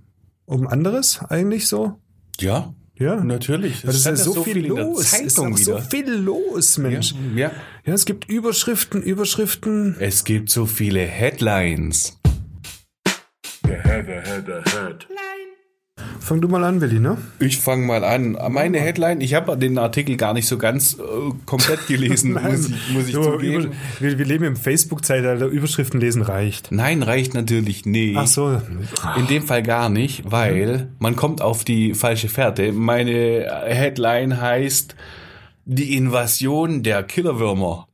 S2: um anderes eigentlich so?
S3: Ja,
S2: Ja.
S6: Natürlich.
S2: Das ist ja
S6: stand
S2: so, viel
S6: in der
S2: los. Es ist
S6: Zeitung
S2: auch so
S6: wieder.
S2: viel los, Mensch. Ja.
S6: ja.
S2: es gibt Überschriften, Überschriften.
S3: Es gibt so viele Headlines.
S2: Fang du mal an, Willi, ne?
S3: Ich fange mal an. Meine Headline, ich habe den Artikel gar nicht so ganz äh, komplett
S2: *laughs*
S3: gelesen, muss ich, muss ich
S2: Nur
S3: zugeben.
S2: Über, wir, wir leben im Facebook-Zeitalter, Überschriften lesen reicht.
S3: Nein, reicht natürlich nicht.
S2: Ach so.
S3: In dem Fall gar nicht, weil man kommt auf die falsche Fährte. Meine Headline heißt Die Invasion der Killerwürmer.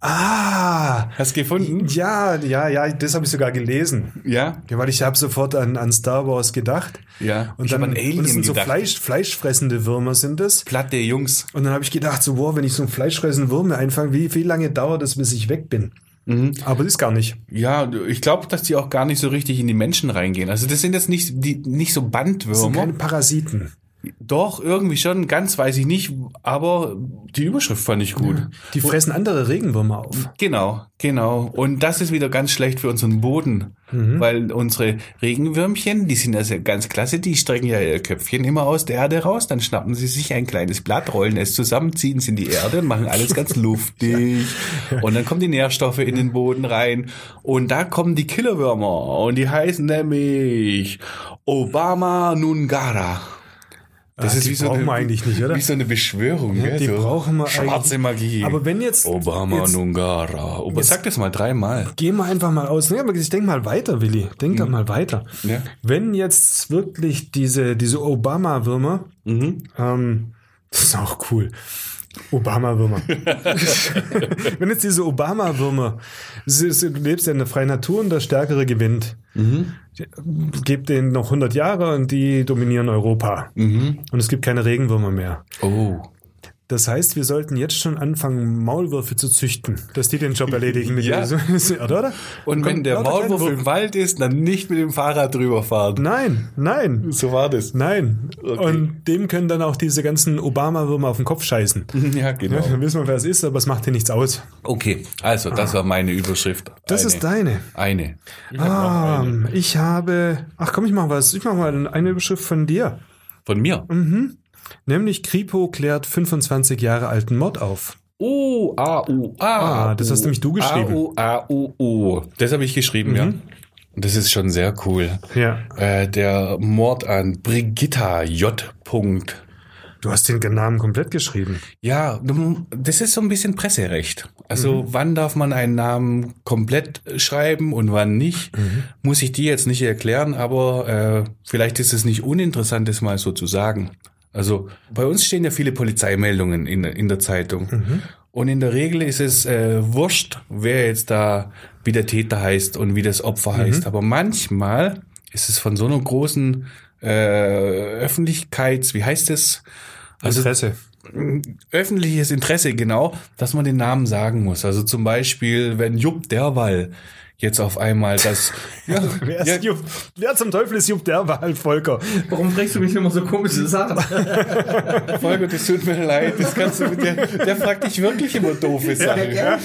S2: Ah,
S3: Hast du gefunden?
S2: ja, ja, ja, das habe ich sogar gelesen.
S3: Ja?
S2: Ja, weil ich habe sofort an, an Star Wars gedacht.
S3: Ja.
S2: Und
S3: Ich
S2: dann
S3: hab an Alien
S2: und es sind so
S3: gedacht.
S2: Fleisch, fleischfressende Würmer sind es.
S3: Platte Jungs.
S2: Und dann habe ich gedacht, so, boah, wenn ich so einen fleischfressenden Wurm mir einfange, wie, wie lange dauert es, bis ich weg bin?
S3: Mhm.
S2: Aber das ist gar nicht.
S3: Ja, ich glaube, dass die auch gar nicht so richtig in die Menschen reingehen. Also das sind jetzt nicht, die, nicht so
S2: Das sind
S3: Bandwürmer.
S2: keine Parasiten.
S3: Doch, irgendwie schon, ganz weiß ich nicht, aber die Überschrift fand ich gut.
S2: Die fressen andere Regenwürmer auf.
S3: Genau, genau. Und das ist wieder ganz schlecht für unseren Boden,
S2: Mhm.
S3: weil unsere Regenwürmchen, die sind also ganz klasse, die strecken ja ihr Köpfchen immer aus der Erde raus, dann schnappen sie sich ein kleines Blatt, rollen es zusammen, ziehen es in die Erde und machen alles
S2: *laughs*
S3: ganz luftig. Und dann kommen die Nährstoffe in den Boden rein und da kommen die Killerwürmer und die heißen nämlich Obama Nungara.
S2: Ah, die brauchen wir eigentlich nicht, oder?
S3: Wie so eine Beschwörung, gell?
S2: die
S3: so.
S2: brauchen wir
S3: Schwarze
S2: eigentlich-
S3: Magie.
S2: Aber wenn jetzt-
S3: Obama
S2: jetzt-
S3: Nungara. Ober,
S2: Jetzt-
S3: sag das mal dreimal.
S2: Gehen wir einfach mal aus. Nee, aber ich denk mal weiter, Willi. Denk da mal weiter.
S3: Ja.
S2: Wenn jetzt wirklich diese, diese Obama-Würmer, ähm, das ist auch cool. Obama-Würmer. Wenn jetzt diese Obama-Würmer, sie- sie- du lebst ja in der freien Natur und der Stärkere gewinnt. Gebt denen noch 100 Jahre und die dominieren Europa. Und es gibt keine Regenwürmer mehr.
S3: Oh.
S2: Das heißt, wir sollten jetzt schon anfangen, Maulwürfe zu züchten, dass die den Job erledigen. Mit
S3: *laughs* Ja.
S2: ja. *laughs* Oder, oder?
S3: Und
S2: Kommt
S3: wenn der
S2: lauter
S3: Maulwurf
S2: Kleinwürfe.
S3: im Wald ist, dann nicht mit dem Fahrrad drüber fahren.
S2: Nein, nein,
S3: *laughs* So war das.
S2: nein. Und dem können dann auch diese ganzen Obama-Würmer auf den Kopf scheißen.
S3: *laughs* Ja, genau.
S2: Dann wissen wir, wer es ist, aber es macht dir nichts aus.
S3: Okay, also das war meine Überschrift.
S2: Das
S3: eine.
S2: ist deine.
S3: Eine.
S2: ah, ich habe. Ach komm, ich mach was. Ich mach mal eine Überschrift von dir.
S3: Von mir.
S2: Nämlich Kripo klärt 25 Jahre alten Mord auf.
S3: Oh, A, U, A.
S2: Ah, das hast nämlich du geschrieben.
S3: A, U, A, U, U. Das habe ich geschrieben, Mhm. ja. Und Das ist schon sehr cool.
S2: Ja.
S3: Äh, der Mord an Brigitta J. Punkt.
S2: Du hast den Namen komplett geschrieben.
S3: Ja, du- das ist so ein bisschen Presserecht. Also wann darf man einen Namen komplett schreiben und wann nicht, muss ich dir jetzt nicht erklären, aber äh, vielleicht ist es nicht uninteressant, das mal so zu sagen. Also bei uns stehen ja viele Polizeimeldungen in, in der Zeitung. Und in der Regel ist es äh, wurscht, wer jetzt da, wie der Täter heißt und wie das Opfer heißt. Aber manchmal ist es von so einer großen äh, Öffentlichkeits, wie heißt es? Also
S2: Adresse.
S3: öffentliches Interesse, genau, dass man den Namen sagen muss. Also zum Beispiel, wenn Jupp Derwall jetzt auf einmal das. ja,
S2: Wer, ist
S3: ja,
S2: Jupp? wer zum Teufel ist Jupp Derwahl, Volker?
S4: Warum fragst du mich immer so komische *laughs* Sachen?
S3: Volker, das tut mir leid. Das kannst du, der, der fragt dich wirklich immer doofe Sachen. Ja,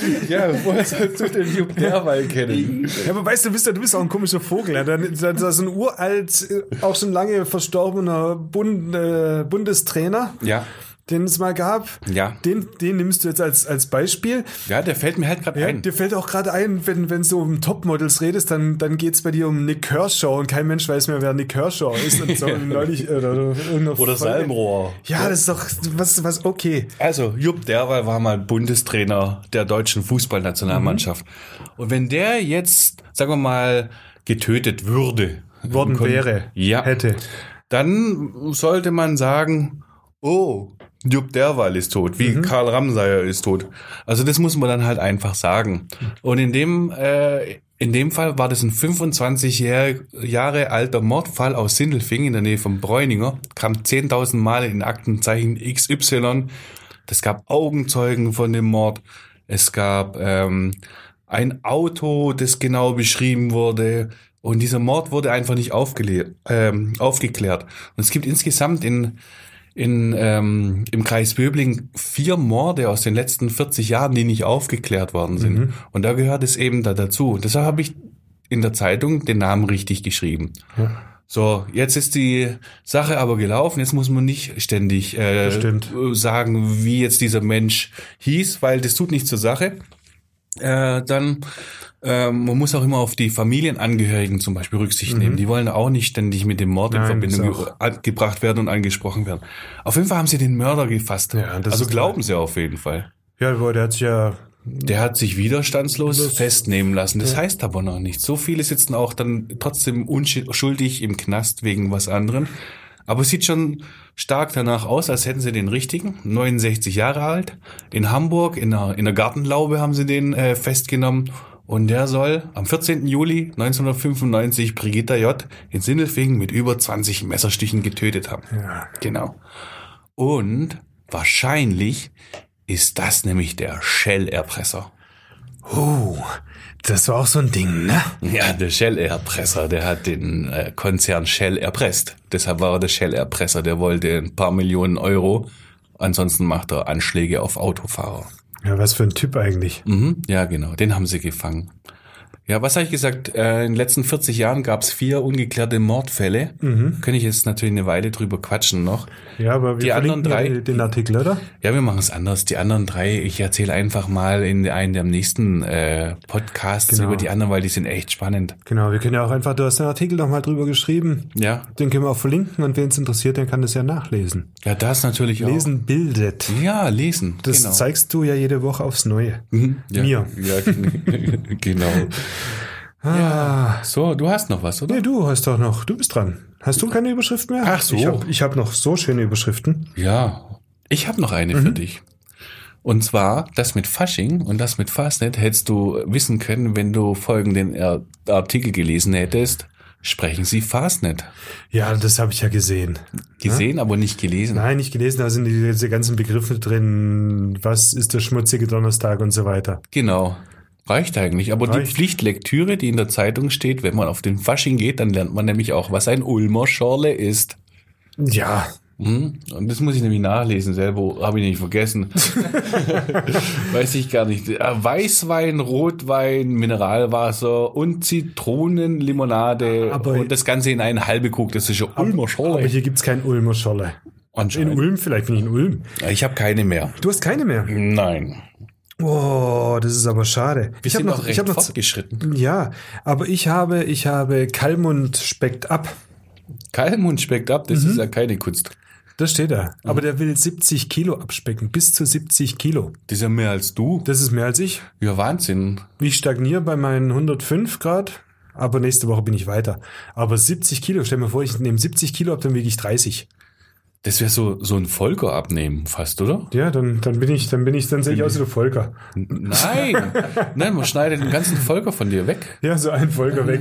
S3: woher sollst du denn Jupp Derwall kennen?
S2: Ja, aber weißt du, bist ja, du bist auch ein komischer Vogel. Ja? Da, da, da ist ein uralt, äh, auch schon lange verstorbener Bund, äh, Bundestrainer,
S3: Ja.
S2: den es mal gab.
S3: Ja.
S2: Den, den nimmst du jetzt als, als Beispiel.
S3: Ja, der fällt mir halt gerade
S2: Ja,
S3: ein.
S2: dir fällt auch gerade ein, wenn, wenn du um Topmodels redest, dann, dann geht's bei dir um Nick Kershaw und kein Mensch weiß mehr, wer Nick Kershaw ist.
S3: *laughs*
S2: Und so neulich, äh, oder, oder,
S3: Oder Salmrohr.
S2: Ja, das ist doch was, was okay.
S3: Also, Jupp Derwall war mal Bundestrainer der deutschen Fußballnationalmannschaft. Und wenn der jetzt, sagen wir mal, getötet würde,
S2: Worden
S3: kon-
S2: wäre,
S3: ja,
S2: hätte.
S3: dann sollte man sagen, oh, Jupp Derwall ist tot, wie Karl Ramsayer ist tot. Also das muss man dann halt einfach sagen. Und in dem, äh, in dem Fall war das ein 25 Jahre, Jahre alter Mordfall aus Sindelfingen in der Nähe von Bräuninger, kam 10.000 Mal in Aktenzeichen XY. Es gab Augenzeugen von dem Mord. Es gab ähm, ein Auto, das genau beschrieben wurde. Und dieser Mord wurde einfach nicht aufgele- ähm, aufgeklärt. Und es gibt insgesamt in, in, ähm, im Kreis Böbling vier Morde aus den letzten 40 Jahren, die nicht aufgeklärt worden sind. Und da gehört es eben da dazu. Deshalb habe ich in der Zeitung den Namen richtig geschrieben. So, jetzt ist die Sache aber gelaufen. Jetzt muss man nicht ständig äh,
S2: Das stimmt.
S3: sagen, wie jetzt dieser Mensch hieß, weil das tut nichts zur Sache. Äh, dann, äh, man muss auch immer auf die Familienangehörigen zum Beispiel Rücksicht nehmen. Die wollen auch nicht ständig mit dem Mord in
S2: Mhm. Nein,
S3: Verbindung
S2: ist auch-
S3: ge- an- gebracht werden und angesprochen werden. Auf jeden Fall haben sie den Mörder gefasst.
S2: Ja, das
S3: also
S2: ist-
S3: glauben sie auf jeden Fall.
S2: Ja, aber der hat sich ja.
S3: Der hat sich widerstandslos
S2: Das-
S3: festnehmen lassen. Das heißt aber noch nicht. So viele sitzen auch dann trotzdem unschuldig im Knast wegen was anderem. Aber es sieht schon stark danach aus, als hätten sie den richtigen, 69 Jahre alt, in Hamburg, in einer, in einer Gartenlaube haben sie den äh, festgenommen. Und der soll am 14. Juli 1995 Brigitta J. in Sindelfingen mit über 20 Messerstichen getötet haben.
S2: ja.
S3: Genau. Und wahrscheinlich ist das nämlich der Shell-Erpresser.
S2: Oh, das war auch so ein Ding, ne?
S3: Ja, der Shell-Erpresser, der hat den äh, Konzern Shell erpresst. Deshalb war er der Shell-Erpresser, der wollte ein paar Millionen Euro. Ansonsten macht er Anschläge auf Autofahrer.
S2: Ja, was für ein Typ eigentlich.
S3: Mhm, ja, genau, den haben sie gefangen. Ja, was habe ich gesagt? Äh, in den letzten 40 Jahren gab es vier ungeklärte Mordfälle. Mhm. Könnte ich jetzt natürlich eine Weile drüber quatschen noch.
S2: Ja, aber wir
S3: Die anderen
S2: verlinken ja
S3: drei-
S2: den- den Artikel, oder?
S3: Ja, wir machen es anders. Die anderen drei, ich erzähle einfach mal in einem der nächsten äh, Podcasts
S2: Genau.
S3: über die anderen, weil die sind echt spannend.
S2: Genau, wir können ja auch einfach, du hast den Artikel nochmal drüber geschrieben.
S3: Ja,
S2: Den können wir auch verlinken und wen es interessiert, der kann das ja nachlesen.
S3: ja, das natürlich
S2: Lesen Genau. bildet.
S3: auch. Ja, lesen.
S2: Das zeigst du ja jede Woche aufs Neue.
S3: ja,
S2: mir.
S3: Ja, genau.
S2: Ah.
S3: So, du hast noch was, oder?
S2: Nee, du hast doch noch, du bist dran. Hast du keine Überschrift mehr?
S3: Ach so.
S2: Ich habe ich hab noch so schöne Überschriften.
S3: Ja, ich habe noch eine für dich. Und zwar das mit Fasching und das mit Fastnet hättest du wissen können, wenn du folgenden Er- Artikel gelesen hättest. Sprechen Sie Fastnet.
S2: Ja, das habe ich ja gesehen.
S3: Gesehen, aber nicht gelesen.
S2: Nein, nicht gelesen, da sind die- diese ganzen Begriffe drin. Was ist der schmutzige Donnerstag und so weiter.
S3: Genau. Reicht eigentlich. Aber die
S2: Reicht.
S3: Pflichtlektüre, die in der Zeitung steht, wenn man auf den Fasching geht, dann lernt man nämlich auch, was ein Ulmer Schorle ist.
S2: Ja,
S3: Hm? Und das muss ich nämlich nachlesen selber. Habe ich nicht
S2: *laughs*
S3: vergessen. *laughs* Weiß ich gar nicht. Ah, Weißwein, Rotwein, Mineralwasser und Zitronenlimonade.
S2: Ah, Aber-
S3: und das Ganze in einen halbe Krug. Das ist ja Ulmer
S2: aber
S3: Schorle.
S2: hier gibt's keinen Ulmer Scholle. In
S3: Anscheinend.
S2: Ulm, vielleicht bin ich in Ulm.
S3: Ich habe keine mehr.
S2: Du hast keine mehr.
S3: Nein.
S2: Oh, das ist aber schade.
S3: Wir
S2: ich habe
S3: sind
S2: noch,
S3: auch
S2: ich
S3: recht
S2: habe noch,
S3: fortgeschritten.
S2: ja, aber ich habe, ich habe Kalmund speckt ab.
S3: Kalmund speckt ab.
S2: Mhm.
S3: Das ist ja keine Kunst.
S2: Das steht da. Aber der will 70 Kilo abspecken, bis zu 70 Kilo.
S3: Das ist ja mehr als du.
S2: Das ist mehr als ich.
S3: Ja, Wahnsinn.
S2: Ich stagniere bei meinen 105 Grad, aber nächste Woche bin ich weiter. Aber 70 Kilo, stell mir vor, ich nehme 70 Kilo ab, dann wiege ich 30.
S3: Das wäre so, so ein Volker abnehmen
S2: *laughs*
S3: fast, oder?
S2: Ja, dann, dann bin ich, dann bin ich, dann sehe ich aus wie der Volker.
S3: Nein. Nein, man schneidet den ganzen Volker von dir weg.
S2: *laughs* Ja, so ein Volker weg.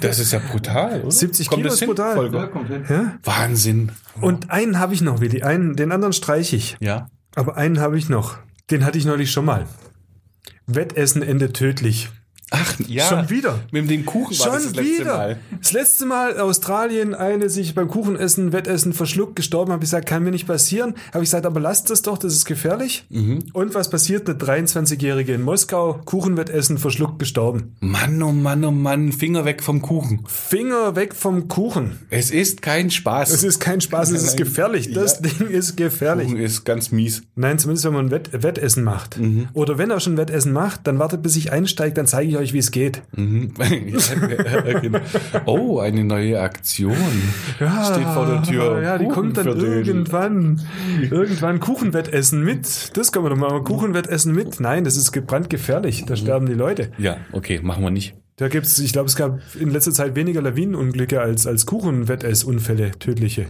S3: Das ist ja brutal, oder?
S2: 70 Kilo
S3: das
S2: ist
S3: hin,
S4: Ja,
S2: brutal.
S3: Volker?
S4: komplett.
S3: Wahnsinn.
S2: Und einen habe ich noch, Willi. Einen, den anderen streiche ich.
S3: Ja.
S2: Aber einen habe ich noch. Den hatte ich neulich schon mal. Wettessen endet tödlich.
S3: Ach, ja.
S2: Schon wieder.
S3: Mit dem Kuchen war das, das letzte Mal.
S2: Das letzte Mal Australien, eine sich beim Kuchenessen, Wettessen verschluckt, gestorben, habe ich gesagt, kann mir nicht passieren. Habe ich gesagt, aber lasst es doch, das ist gefährlich.
S3: Mhm.
S2: Und was passiert? Eine 23-Jährige in Moskau, Kuchenwettessen, verschluckt, gestorben.
S3: Mann, oh Mann, oh Mann, Finger weg vom Kuchen.
S2: Finger weg vom Kuchen.
S3: Es ist kein Spaß.
S2: Es ist kein Spaß, es ist
S3: Nein.
S2: gefährlich. Das
S3: Ja.
S2: Ding ist gefährlich.
S3: Kuchen ist ganz mies. *laughs*
S2: Nein, zumindest wenn man ein Wett Wettessen macht.
S3: Mhm.
S2: Oder wenn er schon Wettessen macht, dann wartet, bis ich einsteige, dann zeige ich euch, wie es geht.
S3: Mhm. ja, genau. Oh, eine neue Aktion. Steht vor der Tür.
S2: Ah, Ja, die
S3: Kuchen
S2: kommt dann
S3: für den.
S2: irgendwann. Irgendwann Kuchenwettessen mit. Das können wir doch mal machen. Kuchenwettessen mit. Nein, das ist brandgefährlich.
S3: Mhm.
S2: Da sterben die Leute.
S3: Ja, okay, machen wir nicht.
S2: Da gibt's, ich glaube, es gab in letzter Zeit weniger Lawinenunglücke als, als Kuchenwettessunfälle, tödliche.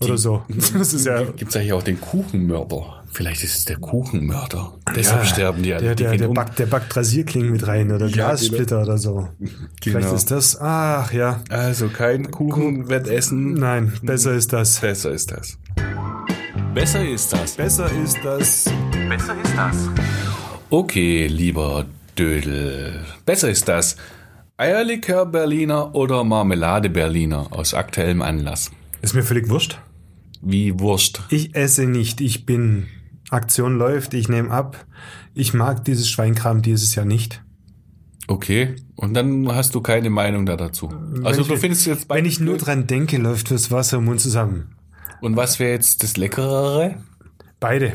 S2: Oder
S3: *laughs*
S2: so. Das ist ja.
S3: Gibt es eigentlich auch den Kuchenmörder? Vielleicht ist es der Kuchenmörder. Deshalb sterben die alle.
S2: Der,
S3: die
S2: der,
S3: gehen
S2: der,
S3: um.
S2: backt, der backt Rasierklingen mit rein oder Glassplitter oder so.
S3: Genau.
S2: Vielleicht ist das. Ach ja.
S3: Also kein Kuchen wird essen.
S2: Nein, besser ist das.
S3: Besser ist das. Besser ist das.
S2: Besser ist das.
S3: Okay, lieber Dödel. Besser ist das. Eierlikör Berliner oder Marmelade Berliner aus aktuellem Anlass.
S2: Ist mir völlig wurscht.
S3: Wie Wurst.
S2: Ich esse nicht, ich bin. Aktion läuft, ich nehme ab. Ich mag dieses Schweinkram dieses Jahr nicht.
S3: Okay. Und dann hast du keine Meinung da dazu. Also
S2: ich-
S3: du findest jetzt
S2: Wenn
S3: beide
S2: ich nur dran denke, läuft das Wasser im Mund zusammen.
S3: Und was wäre jetzt das Leckerere?
S2: Beide.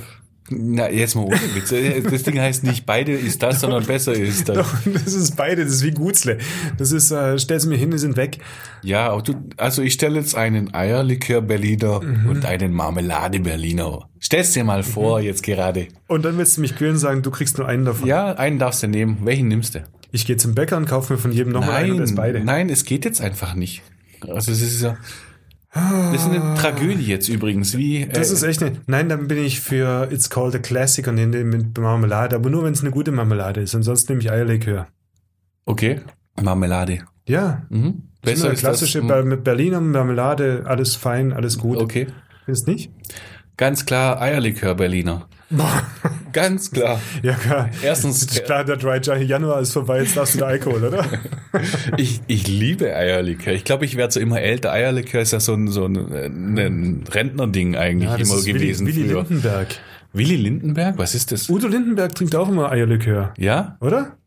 S3: Na, jetzt mal ohne Witz. Das Ding heißt nicht beide ist das, sondern besser ist das.
S2: Doch, *laughs* das ist beide, das ist wie Gutzle. Das ist, äh, stell's mir hin, die sind weg.
S3: Ja, aber du, also ich stelle jetzt einen Eierlikör Berliner
S2: Mhm.
S3: und einen Marmelade Berliner. Stell's dir mal vor, jetzt gerade.
S2: Und dann willst du mich quälen und sagen, du kriegst nur einen davon.
S3: Ja, einen darfst du nehmen. Welchen nimmst du?
S2: Ich gehe zum Bäcker und kaufe mir von jedem nochmal einen und esse beide.
S3: nein, es geht jetzt einfach nicht. Also es ist ja. Das ist eine Tragödie jetzt übrigens. Wie,
S2: Das
S3: äh,
S2: ist echt eine. Nein, dann bin ich für It's Called a Classic und nehme den mit Marmelade. Aber nur, wenn es eine gute Marmelade ist. Ansonsten nehme ich Eierlikör.
S3: okay. Marmelade.
S2: Ja.
S3: Mhm.
S2: Das ist eine klassische
S3: das- hm.
S2: Ber- mit Berliner Marmelade. Alles fein, alles gut.
S3: Okay.
S2: Ist
S3: *laughs*
S2: nicht?
S3: Ganz klar Eierlikör Berliner. Ganz klar.
S2: Ja, klar.
S3: Erstens-
S2: Ist *laughs* Klar, der Dry Jan- Januar ist vorbei, jetzt darfst du wieder Alkohol,
S3: *laughs*
S2: oder?
S3: Ich, ich liebe Eierlikör. Ich glaube, ich werde so immer älter. Eierlikör ist ja so ein, so ein, äh, ein Rentnerding eigentlich
S2: das
S3: immer
S2: ist
S3: gewesen
S2: Willi, Willi
S3: früher.
S2: Lindenberg.
S3: Willi Lindenberg? Was ist das?
S2: Udo Lindenberg trinkt auch immer Eierlikör.
S3: Ja?
S2: Oder?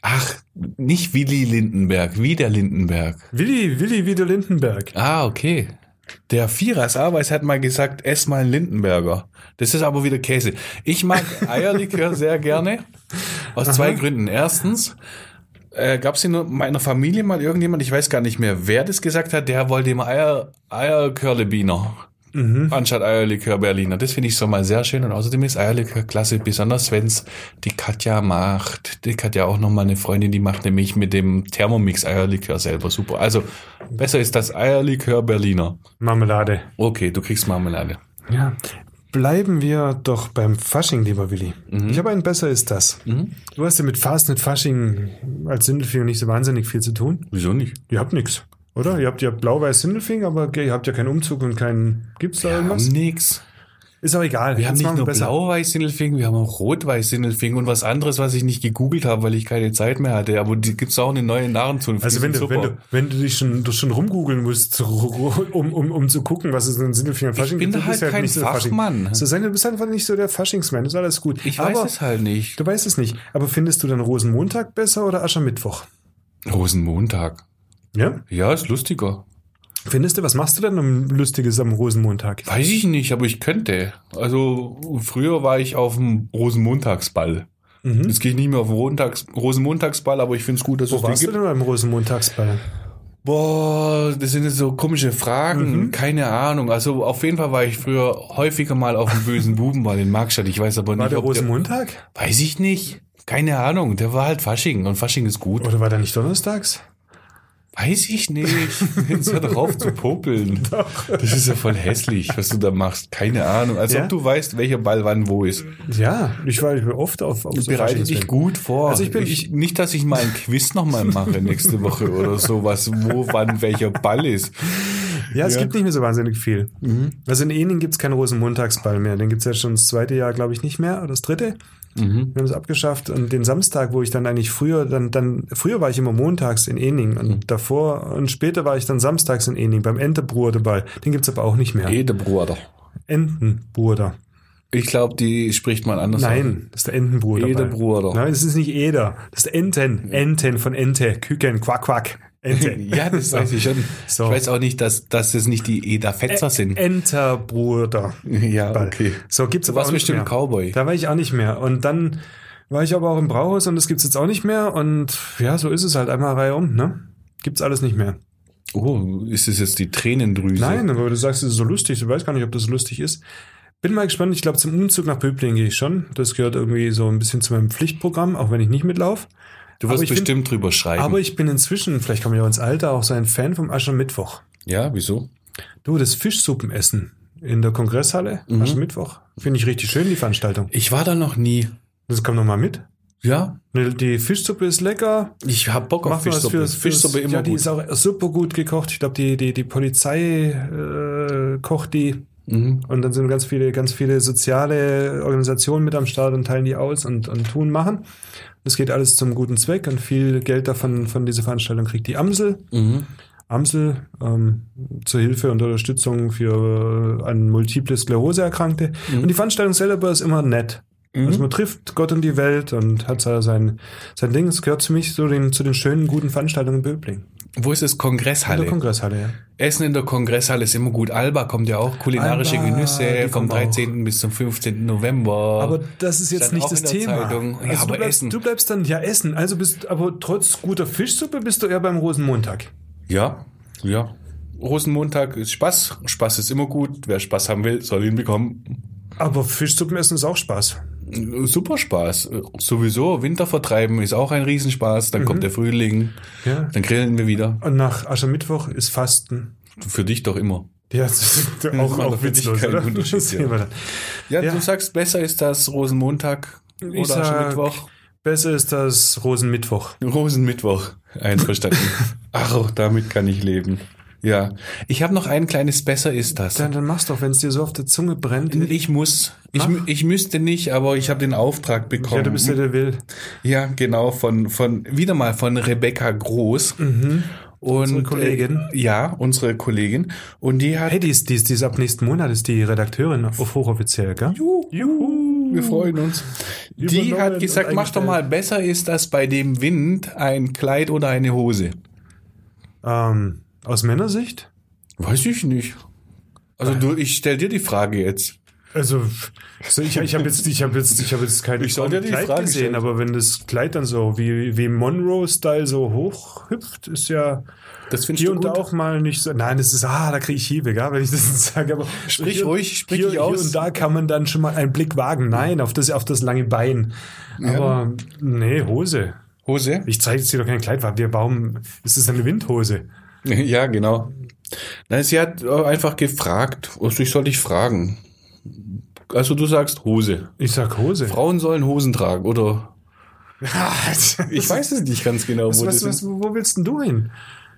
S3: Ach, nicht Willi Lindenberg, wie der Lindenberg.
S2: Willi, Willi, Wido Lindenberg.
S3: Ah, okay.
S6: Der Vierers Aweis hat mal gesagt, ess mal einen Lindenberger.
S3: Das ist aber wieder Käse. Ich *laughs* mag Eierlikör sehr gerne. Aus zwei Gründen. Erstens, äh, gab es in meiner Familie mal irgendjemand, ich weiß gar nicht mehr, wer das gesagt hat, der wollte immer Eier, Eierkörlebiner. Anstatt Eierlikör Berliner. Das finde ich so mal sehr schön. Und außerdem ist Eierlikör klasse, besonders wenn's die Katja macht. Die Katja auch noch mal eine Freundin, die macht nämlich mit dem Thermomix Eierlikör selber. Super. Also besser ist das Eierlikör Berliner.
S2: Marmelade.
S3: Okay, du kriegst Marmelade.
S2: Ja. Bleiben wir doch beim Fasching, lieber Willi.
S3: Mhm.
S2: Ich habe einen besser ist das. Du hast ja mit Fastnet Fasching als Sindelfinger nicht so wahnsinnig viel zu tun.
S3: Wieso nicht?
S2: Ihr habt nichts, oder? Ihr habt ja blau-weiß Sindelfing, aber ihr habt ja keinen Umzug und keinen. Gibt's da irgendwas?
S3: Nix.
S2: Ist auch egal.
S3: Wir haben
S2: Jetzt
S3: nicht
S2: machen
S3: nur
S2: besser.
S3: Blau-Weiß-Sindelfingen, wir haben auch Rot-Weiß-Sindelfingen und was anderes, was ich nicht gegoogelt habe, weil ich keine Zeit mehr hatte. Aber die gibt's auch eine neue Narrenzunft.
S2: Also
S3: die
S2: wenn
S3: sind
S2: du, wenn, du, wenn du dich schon, du schon rumgoogeln musst, *laughs* zu- um, um, um zu gucken, was es in Sindelfinger Fasching
S3: bin
S2: gibt,
S3: da
S2: du
S3: halt kein
S2: nicht so der Fasching-
S3: Fachmann.
S2: So sein, du bist einfach nicht so der Faschingsmann, ist alles gut.
S3: Ich
S2: aber,
S3: weiß es halt nicht.
S2: Du weißt es nicht. Aber findest du dann Rosenmontag besser oder Aschermittwoch?
S3: Rosenmontag.
S2: Ja?
S3: Ja, ist lustiger.
S2: Findest du, was machst du denn um Lustiges am Rosenmontag?
S3: Weiß ich nicht, aber ich könnte. Also früher war ich auf dem Rosenmontagsball.
S2: Mhm.
S3: Jetzt gehe ich nicht mehr auf den Montags Rosenmontagsball, aber ich find's gut, dass es
S2: Wo
S3: den
S2: warst du
S3: gibt.
S2: denn beim Rosenmontagsball?
S3: Boah, das sind jetzt so komische Fragen.
S2: Mhm.
S3: Keine Ahnung. Also auf jeden Fall war ich früher häufiger mal auf dem
S2: *laughs*
S3: bösen Bubenball in Markstadt. Ich weiß
S2: War
S3: aber nicht,
S2: der
S3: ob der
S2: Rosenmontag?
S3: Weiß ich nicht. Keine Ahnung. Der war halt Fasching und Fasching ist gut.
S2: Oder war der nicht donnerstags?
S3: Weiß ich nicht. *laughs* Jetzt hör doch auf zu
S2: *laughs*
S3: popeln. Das ist ja voll hässlich, was du da machst. Keine Ahnung. Als
S2: Ja?
S3: ob du weißt, welcher Ball wann wo ist.
S2: Ja, ich war ich war oft auf, auf so
S3: Bereite dich
S2: Faschingsfesten.
S3: gut vor.
S2: Also ich bin-
S3: nicht, dass ich mal ein Quiz nochmal mache nächste Woche oder sowas, wo wann welcher Ball ist.
S2: Ja, es gibt nicht mehr so wahnsinnig viel. Also in Ening gibt's keinen Rosenmontagsball mehr. Den gibt's ja schon das zweite Jahr, glaube ich, nicht mehr. Oder das dritte. Wir haben es abgeschafft. Und den Samstag, wo ich dann eigentlich früher, dann, dann früher war ich immer montags in Ening und davor und später war ich dann samstags in Ening beim Entenbruderball. Den gibt's aber auch nicht mehr.
S3: Jeder Bruder.
S2: Entenbruder.
S3: Ich glaube, die spricht man anders
S2: Nein, das ist der Entenbruderball.
S3: Ederbruder.
S2: Nein, das ist nicht Eder. Das ist Enten. Enten von Ente. Küken, Quack, Quack. Ente.
S3: an. *laughs* Ja, das weiß
S2: *laughs*
S3: ich schon.
S2: So.
S3: Ich weiß auch nicht, dass, dass das nicht die Eda Fetzer sind.
S2: Enterbruder.
S3: Ja,
S2: Ball. So gibt's aber
S3: warst
S2: auch nicht
S3: bestimmt
S2: mehr.
S3: Cowboy.
S2: Da war ich auch nicht mehr. Und dann war ich aber auch im Brauhaus und das gibt's jetzt auch nicht mehr. Und ja, so ist es halt einmal Reihe um, ne? Gibt's alles nicht mehr.
S3: Oh, ist es jetzt die Tränendrüse?
S2: Nein, aber du sagst, es ist so lustig. Du weißt gar nicht, ob das lustig ist. Bin mal gespannt. Ich glaube, zum Umzug nach Böblingen gehe ich schon. Das gehört irgendwie so ein bisschen zu meinem Pflichtprogramm, auch wenn ich nicht mitlaufe.
S3: Du wirst
S2: aber ich bin-
S3: bestimmt drüber schreiben.
S2: Aber ich bin inzwischen, vielleicht kommen wir ja ins Alter, auch so ein Fan vom Aschermittwoch.
S3: ja, wieso?
S2: Du, das Fischsuppenessen in der Kongresshalle,
S3: Mhm.
S2: Aschermittwoch, finde ich richtig schön, die Veranstaltung.
S3: Ich war da noch nie.
S2: Das kommt nochmal mit.
S3: Ja,
S2: Ne, Die Fischsuppe ist lecker.
S3: ich hab Bock auf
S2: Machen wir was
S3: Fischsuppe.
S2: fürs- fürs-
S3: Fischsuppe immer
S2: Ja, die
S3: gut.
S2: ist auch super gut gekocht. Ich glaube, die, die, die Polizei äh, kocht die.
S3: Mhm.
S2: Und dann sind ganz viele, ganz viele soziale Organisationen mit am Start und teilen die aus und, und tun, machen. Das geht alles zum guten Zweck und viel Geld davon von dieser Veranstaltung kriegt die Amsel.
S3: Mhm.
S2: Amsel ähm, zur Hilfe und
S3: Mhm.
S2: Unterstützung für äh, an multiple Sklerose Erkrankte. Und die Veranstaltung selber ist immer nett. Also man trifft Gott und die Welt und hat da sein, sein Ding. Es gehört für mich so den, zu den schönen, guten Veranstaltungen in Böbling.
S3: Wo ist es?
S2: In
S3: Kongresshalle.
S2: der Kongresshalle, ja.
S3: Essen in der Kongresshalle ist immer gut. Alba kommt ja auch, kulinarische
S2: Alba, die
S3: Genüsse vom
S2: kommen auch.
S3: 13. bis zum 15. November.
S2: Aber das ist jetzt
S3: Stand
S2: nicht
S3: auch
S2: das
S3: in der
S2: Thema.
S3: Zeitung. Ja,
S2: Also
S3: aber
S2: du, bleibst,
S3: Essen.
S2: du bleibst dann ja essen. Also bist aber trotz guter Fischsuppe bist du eher beim Rosenmontag.
S3: ja, ja. Rosenmontag ist Spaß. Spaß ist immer gut. Wer Spaß haben will, soll ihn bekommen.
S2: Aber Fischsuppen essen ist auch Spaß.
S3: Super Spaß. Sowieso Winter vertreiben ist auch ein Riesenspaß. Dann
S2: Mhm.
S3: kommt der Frühling.
S2: Ja.
S3: Dann grillen wir wieder.
S2: Und nach Aschermittwoch ist Fasten.
S3: Für dich doch immer.
S2: Ja, *laughs* das ist auch,
S3: macht
S2: auch
S3: doch für dich
S2: witzlos,
S3: keinen
S2: oder?
S3: Unterschied,
S2: Das sehen wir dann.
S3: Ja,
S2: Ja.
S3: du sagst, besser ist das Rosenmontag
S2: Ich
S3: oder
S2: sag-
S3: Aschermittwoch.
S2: Besser ist das Rosenmittwoch.
S3: Rosenmittwoch.
S2: *laughs*
S3: Einverstanden. Ach, auch damit kann ich leben. Ja. Ich habe noch ein kleines Besser ist das.
S2: Dann, dann mach's doch, wenn es dir so auf der Zunge brennt.
S3: ich muss. Ich, mü- ich müsste nicht, aber ich habe den Auftrag bekommen.
S2: ja, du bist ja der Will.
S3: Ja, genau, von, von wieder mal von Rebecca Groß. Und,
S2: Mhm. Unsere Kollegin.
S3: Äh, ja, unsere Kollegin. Und die hat.
S2: Hey, die ist, die, ist, die ist ab nächsten Monat ist die Redakteurin auf hochoffiziell, gell? Juhu.
S3: Wir freuen uns. Die
S2: Übernommen
S3: hat gesagt,
S2: und
S3: mach doch mal besser ist das bei dem Wind ein Kleid oder eine Hose.
S2: Ähm, aus Männersicht?
S3: Weiß ich nicht. Also du, ich stell dir die Frage jetzt.
S2: Also, so ich, ich habe jetzt, ich habe jetzt, ich habe jetzt kein
S3: Ich soll dir die
S2: Kleid
S3: Frage
S2: gesehen,
S3: stellen.
S2: aber wenn das Kleid dann so wie, wie Monroe-Style so hochhüpft, ist ja
S3: Das findest
S2: hier
S3: du
S2: und da
S3: gut?
S2: auch mal nicht so. Nein, das ist, ah, da kriege ich Hiebe, gell, wenn ich das *laughs* sage. Aber
S3: Sprich
S2: hier,
S3: ruhig, sprich
S2: hier,
S3: dich
S2: hier
S3: aus.
S2: und da kann man dann schon mal einen Blick wagen. Nein, auf das, auf das lange Bein. Aber nee, Hose.
S3: Hose?
S2: Ich zeige jetzt dir doch kein Kleid. wa- wir- Warum ist es eine Windhose?
S3: *laughs* Ja, genau. Nein, sie hat äh, einfach gefragt. Also ich soll dich fragen. Also du sagst Hose.
S2: Ich sag Hose. *laughs*
S3: Frauen sollen Hosen tragen, oder? *laughs* Ich weiß es nicht ganz genau,
S2: was,
S3: wo das
S2: was, was, wo willst denn du hin?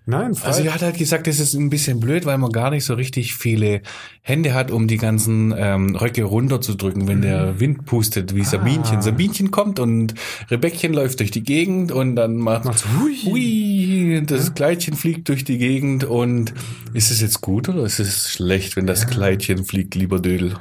S2: Nein, frei.
S3: Also er hat halt gesagt, das ist ein bisschen blöd, weil man gar nicht so richtig viele Hände hat, um die ganzen ähm, Röcke runterzudrücken, wenn der Wind pustet, wie Sabinchen. Sabinchen kommt und Rebeckchen läuft durch die Gegend und dann macht
S2: Macht's hui.
S3: hui, das Kleidchen fliegt durch die Gegend und ist es jetzt gut oder ist es schlecht, wenn das Kleidchen fliegt, lieber Dödel?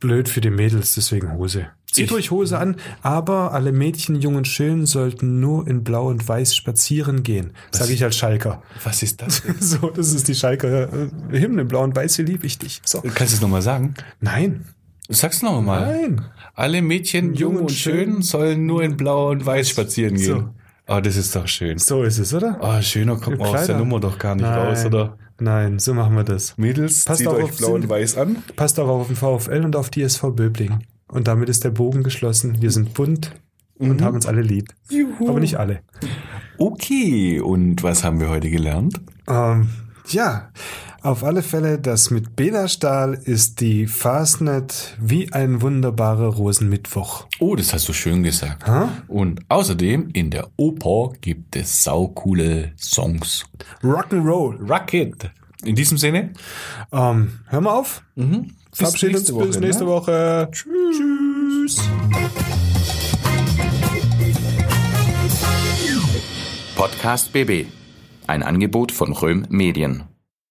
S2: blöd für die Mädels, deswegen Hose. Zieht
S3: Ich-
S2: euch Hose an, aber alle Mädchen, jung und schön, sollten nur in Blau und Weiß spazieren gehen. Sage ich als Schalker.
S3: Was ist das? denn?
S2: *laughs* So, das ist die Schalker äh, Hymne. Blau und Weiß, wie lieb ich dich. So.
S3: *laughs* Kannst du es nochmal sagen?
S2: Nein.
S3: Sag's nochmal.
S2: Nein.
S3: Alle Mädchen, jung und schön, sollen nur in Blau und Weiß spazieren gehen.
S2: So.
S3: Oh, das ist doch schön.
S2: So ist es, oder?
S3: Ah, schöner kommt man aus der
S2: Kleider.
S3: Nummer doch gar nicht
S2: Nein.
S3: raus, oder?
S2: Nein, so machen wir das.
S3: Mädels,
S2: Passt auch auf Sinn.
S3: weiß an.
S2: Passt auch auf den VfL und auf die SV Böbling. Und damit ist der Bogen geschlossen. Wir sind bunt und
S3: Mhm.
S2: haben uns alle lieb. Juhu. Aber nicht alle.
S3: Okay, und was haben wir heute gelernt?
S2: Ähm, ja, auf alle Fälle, das mit Bela Stahl ist die Fastnet wie ein wunderbarer Rosenmittwoch.
S3: Oh, das hast du schön gesagt. Und außerdem, in der Oper gibt es saucoole Songs.
S2: Rock'n'Roll.
S3: Rocket. In diesem Sinne,
S2: Ähm, hör mal auf. Verabschieden uns
S3: Mhm. nächste Woche,
S2: bis nächste
S3: ne?
S2: Woche. Tschüss.
S1: Podcast BB. Ein Angebot von Röhm Medien.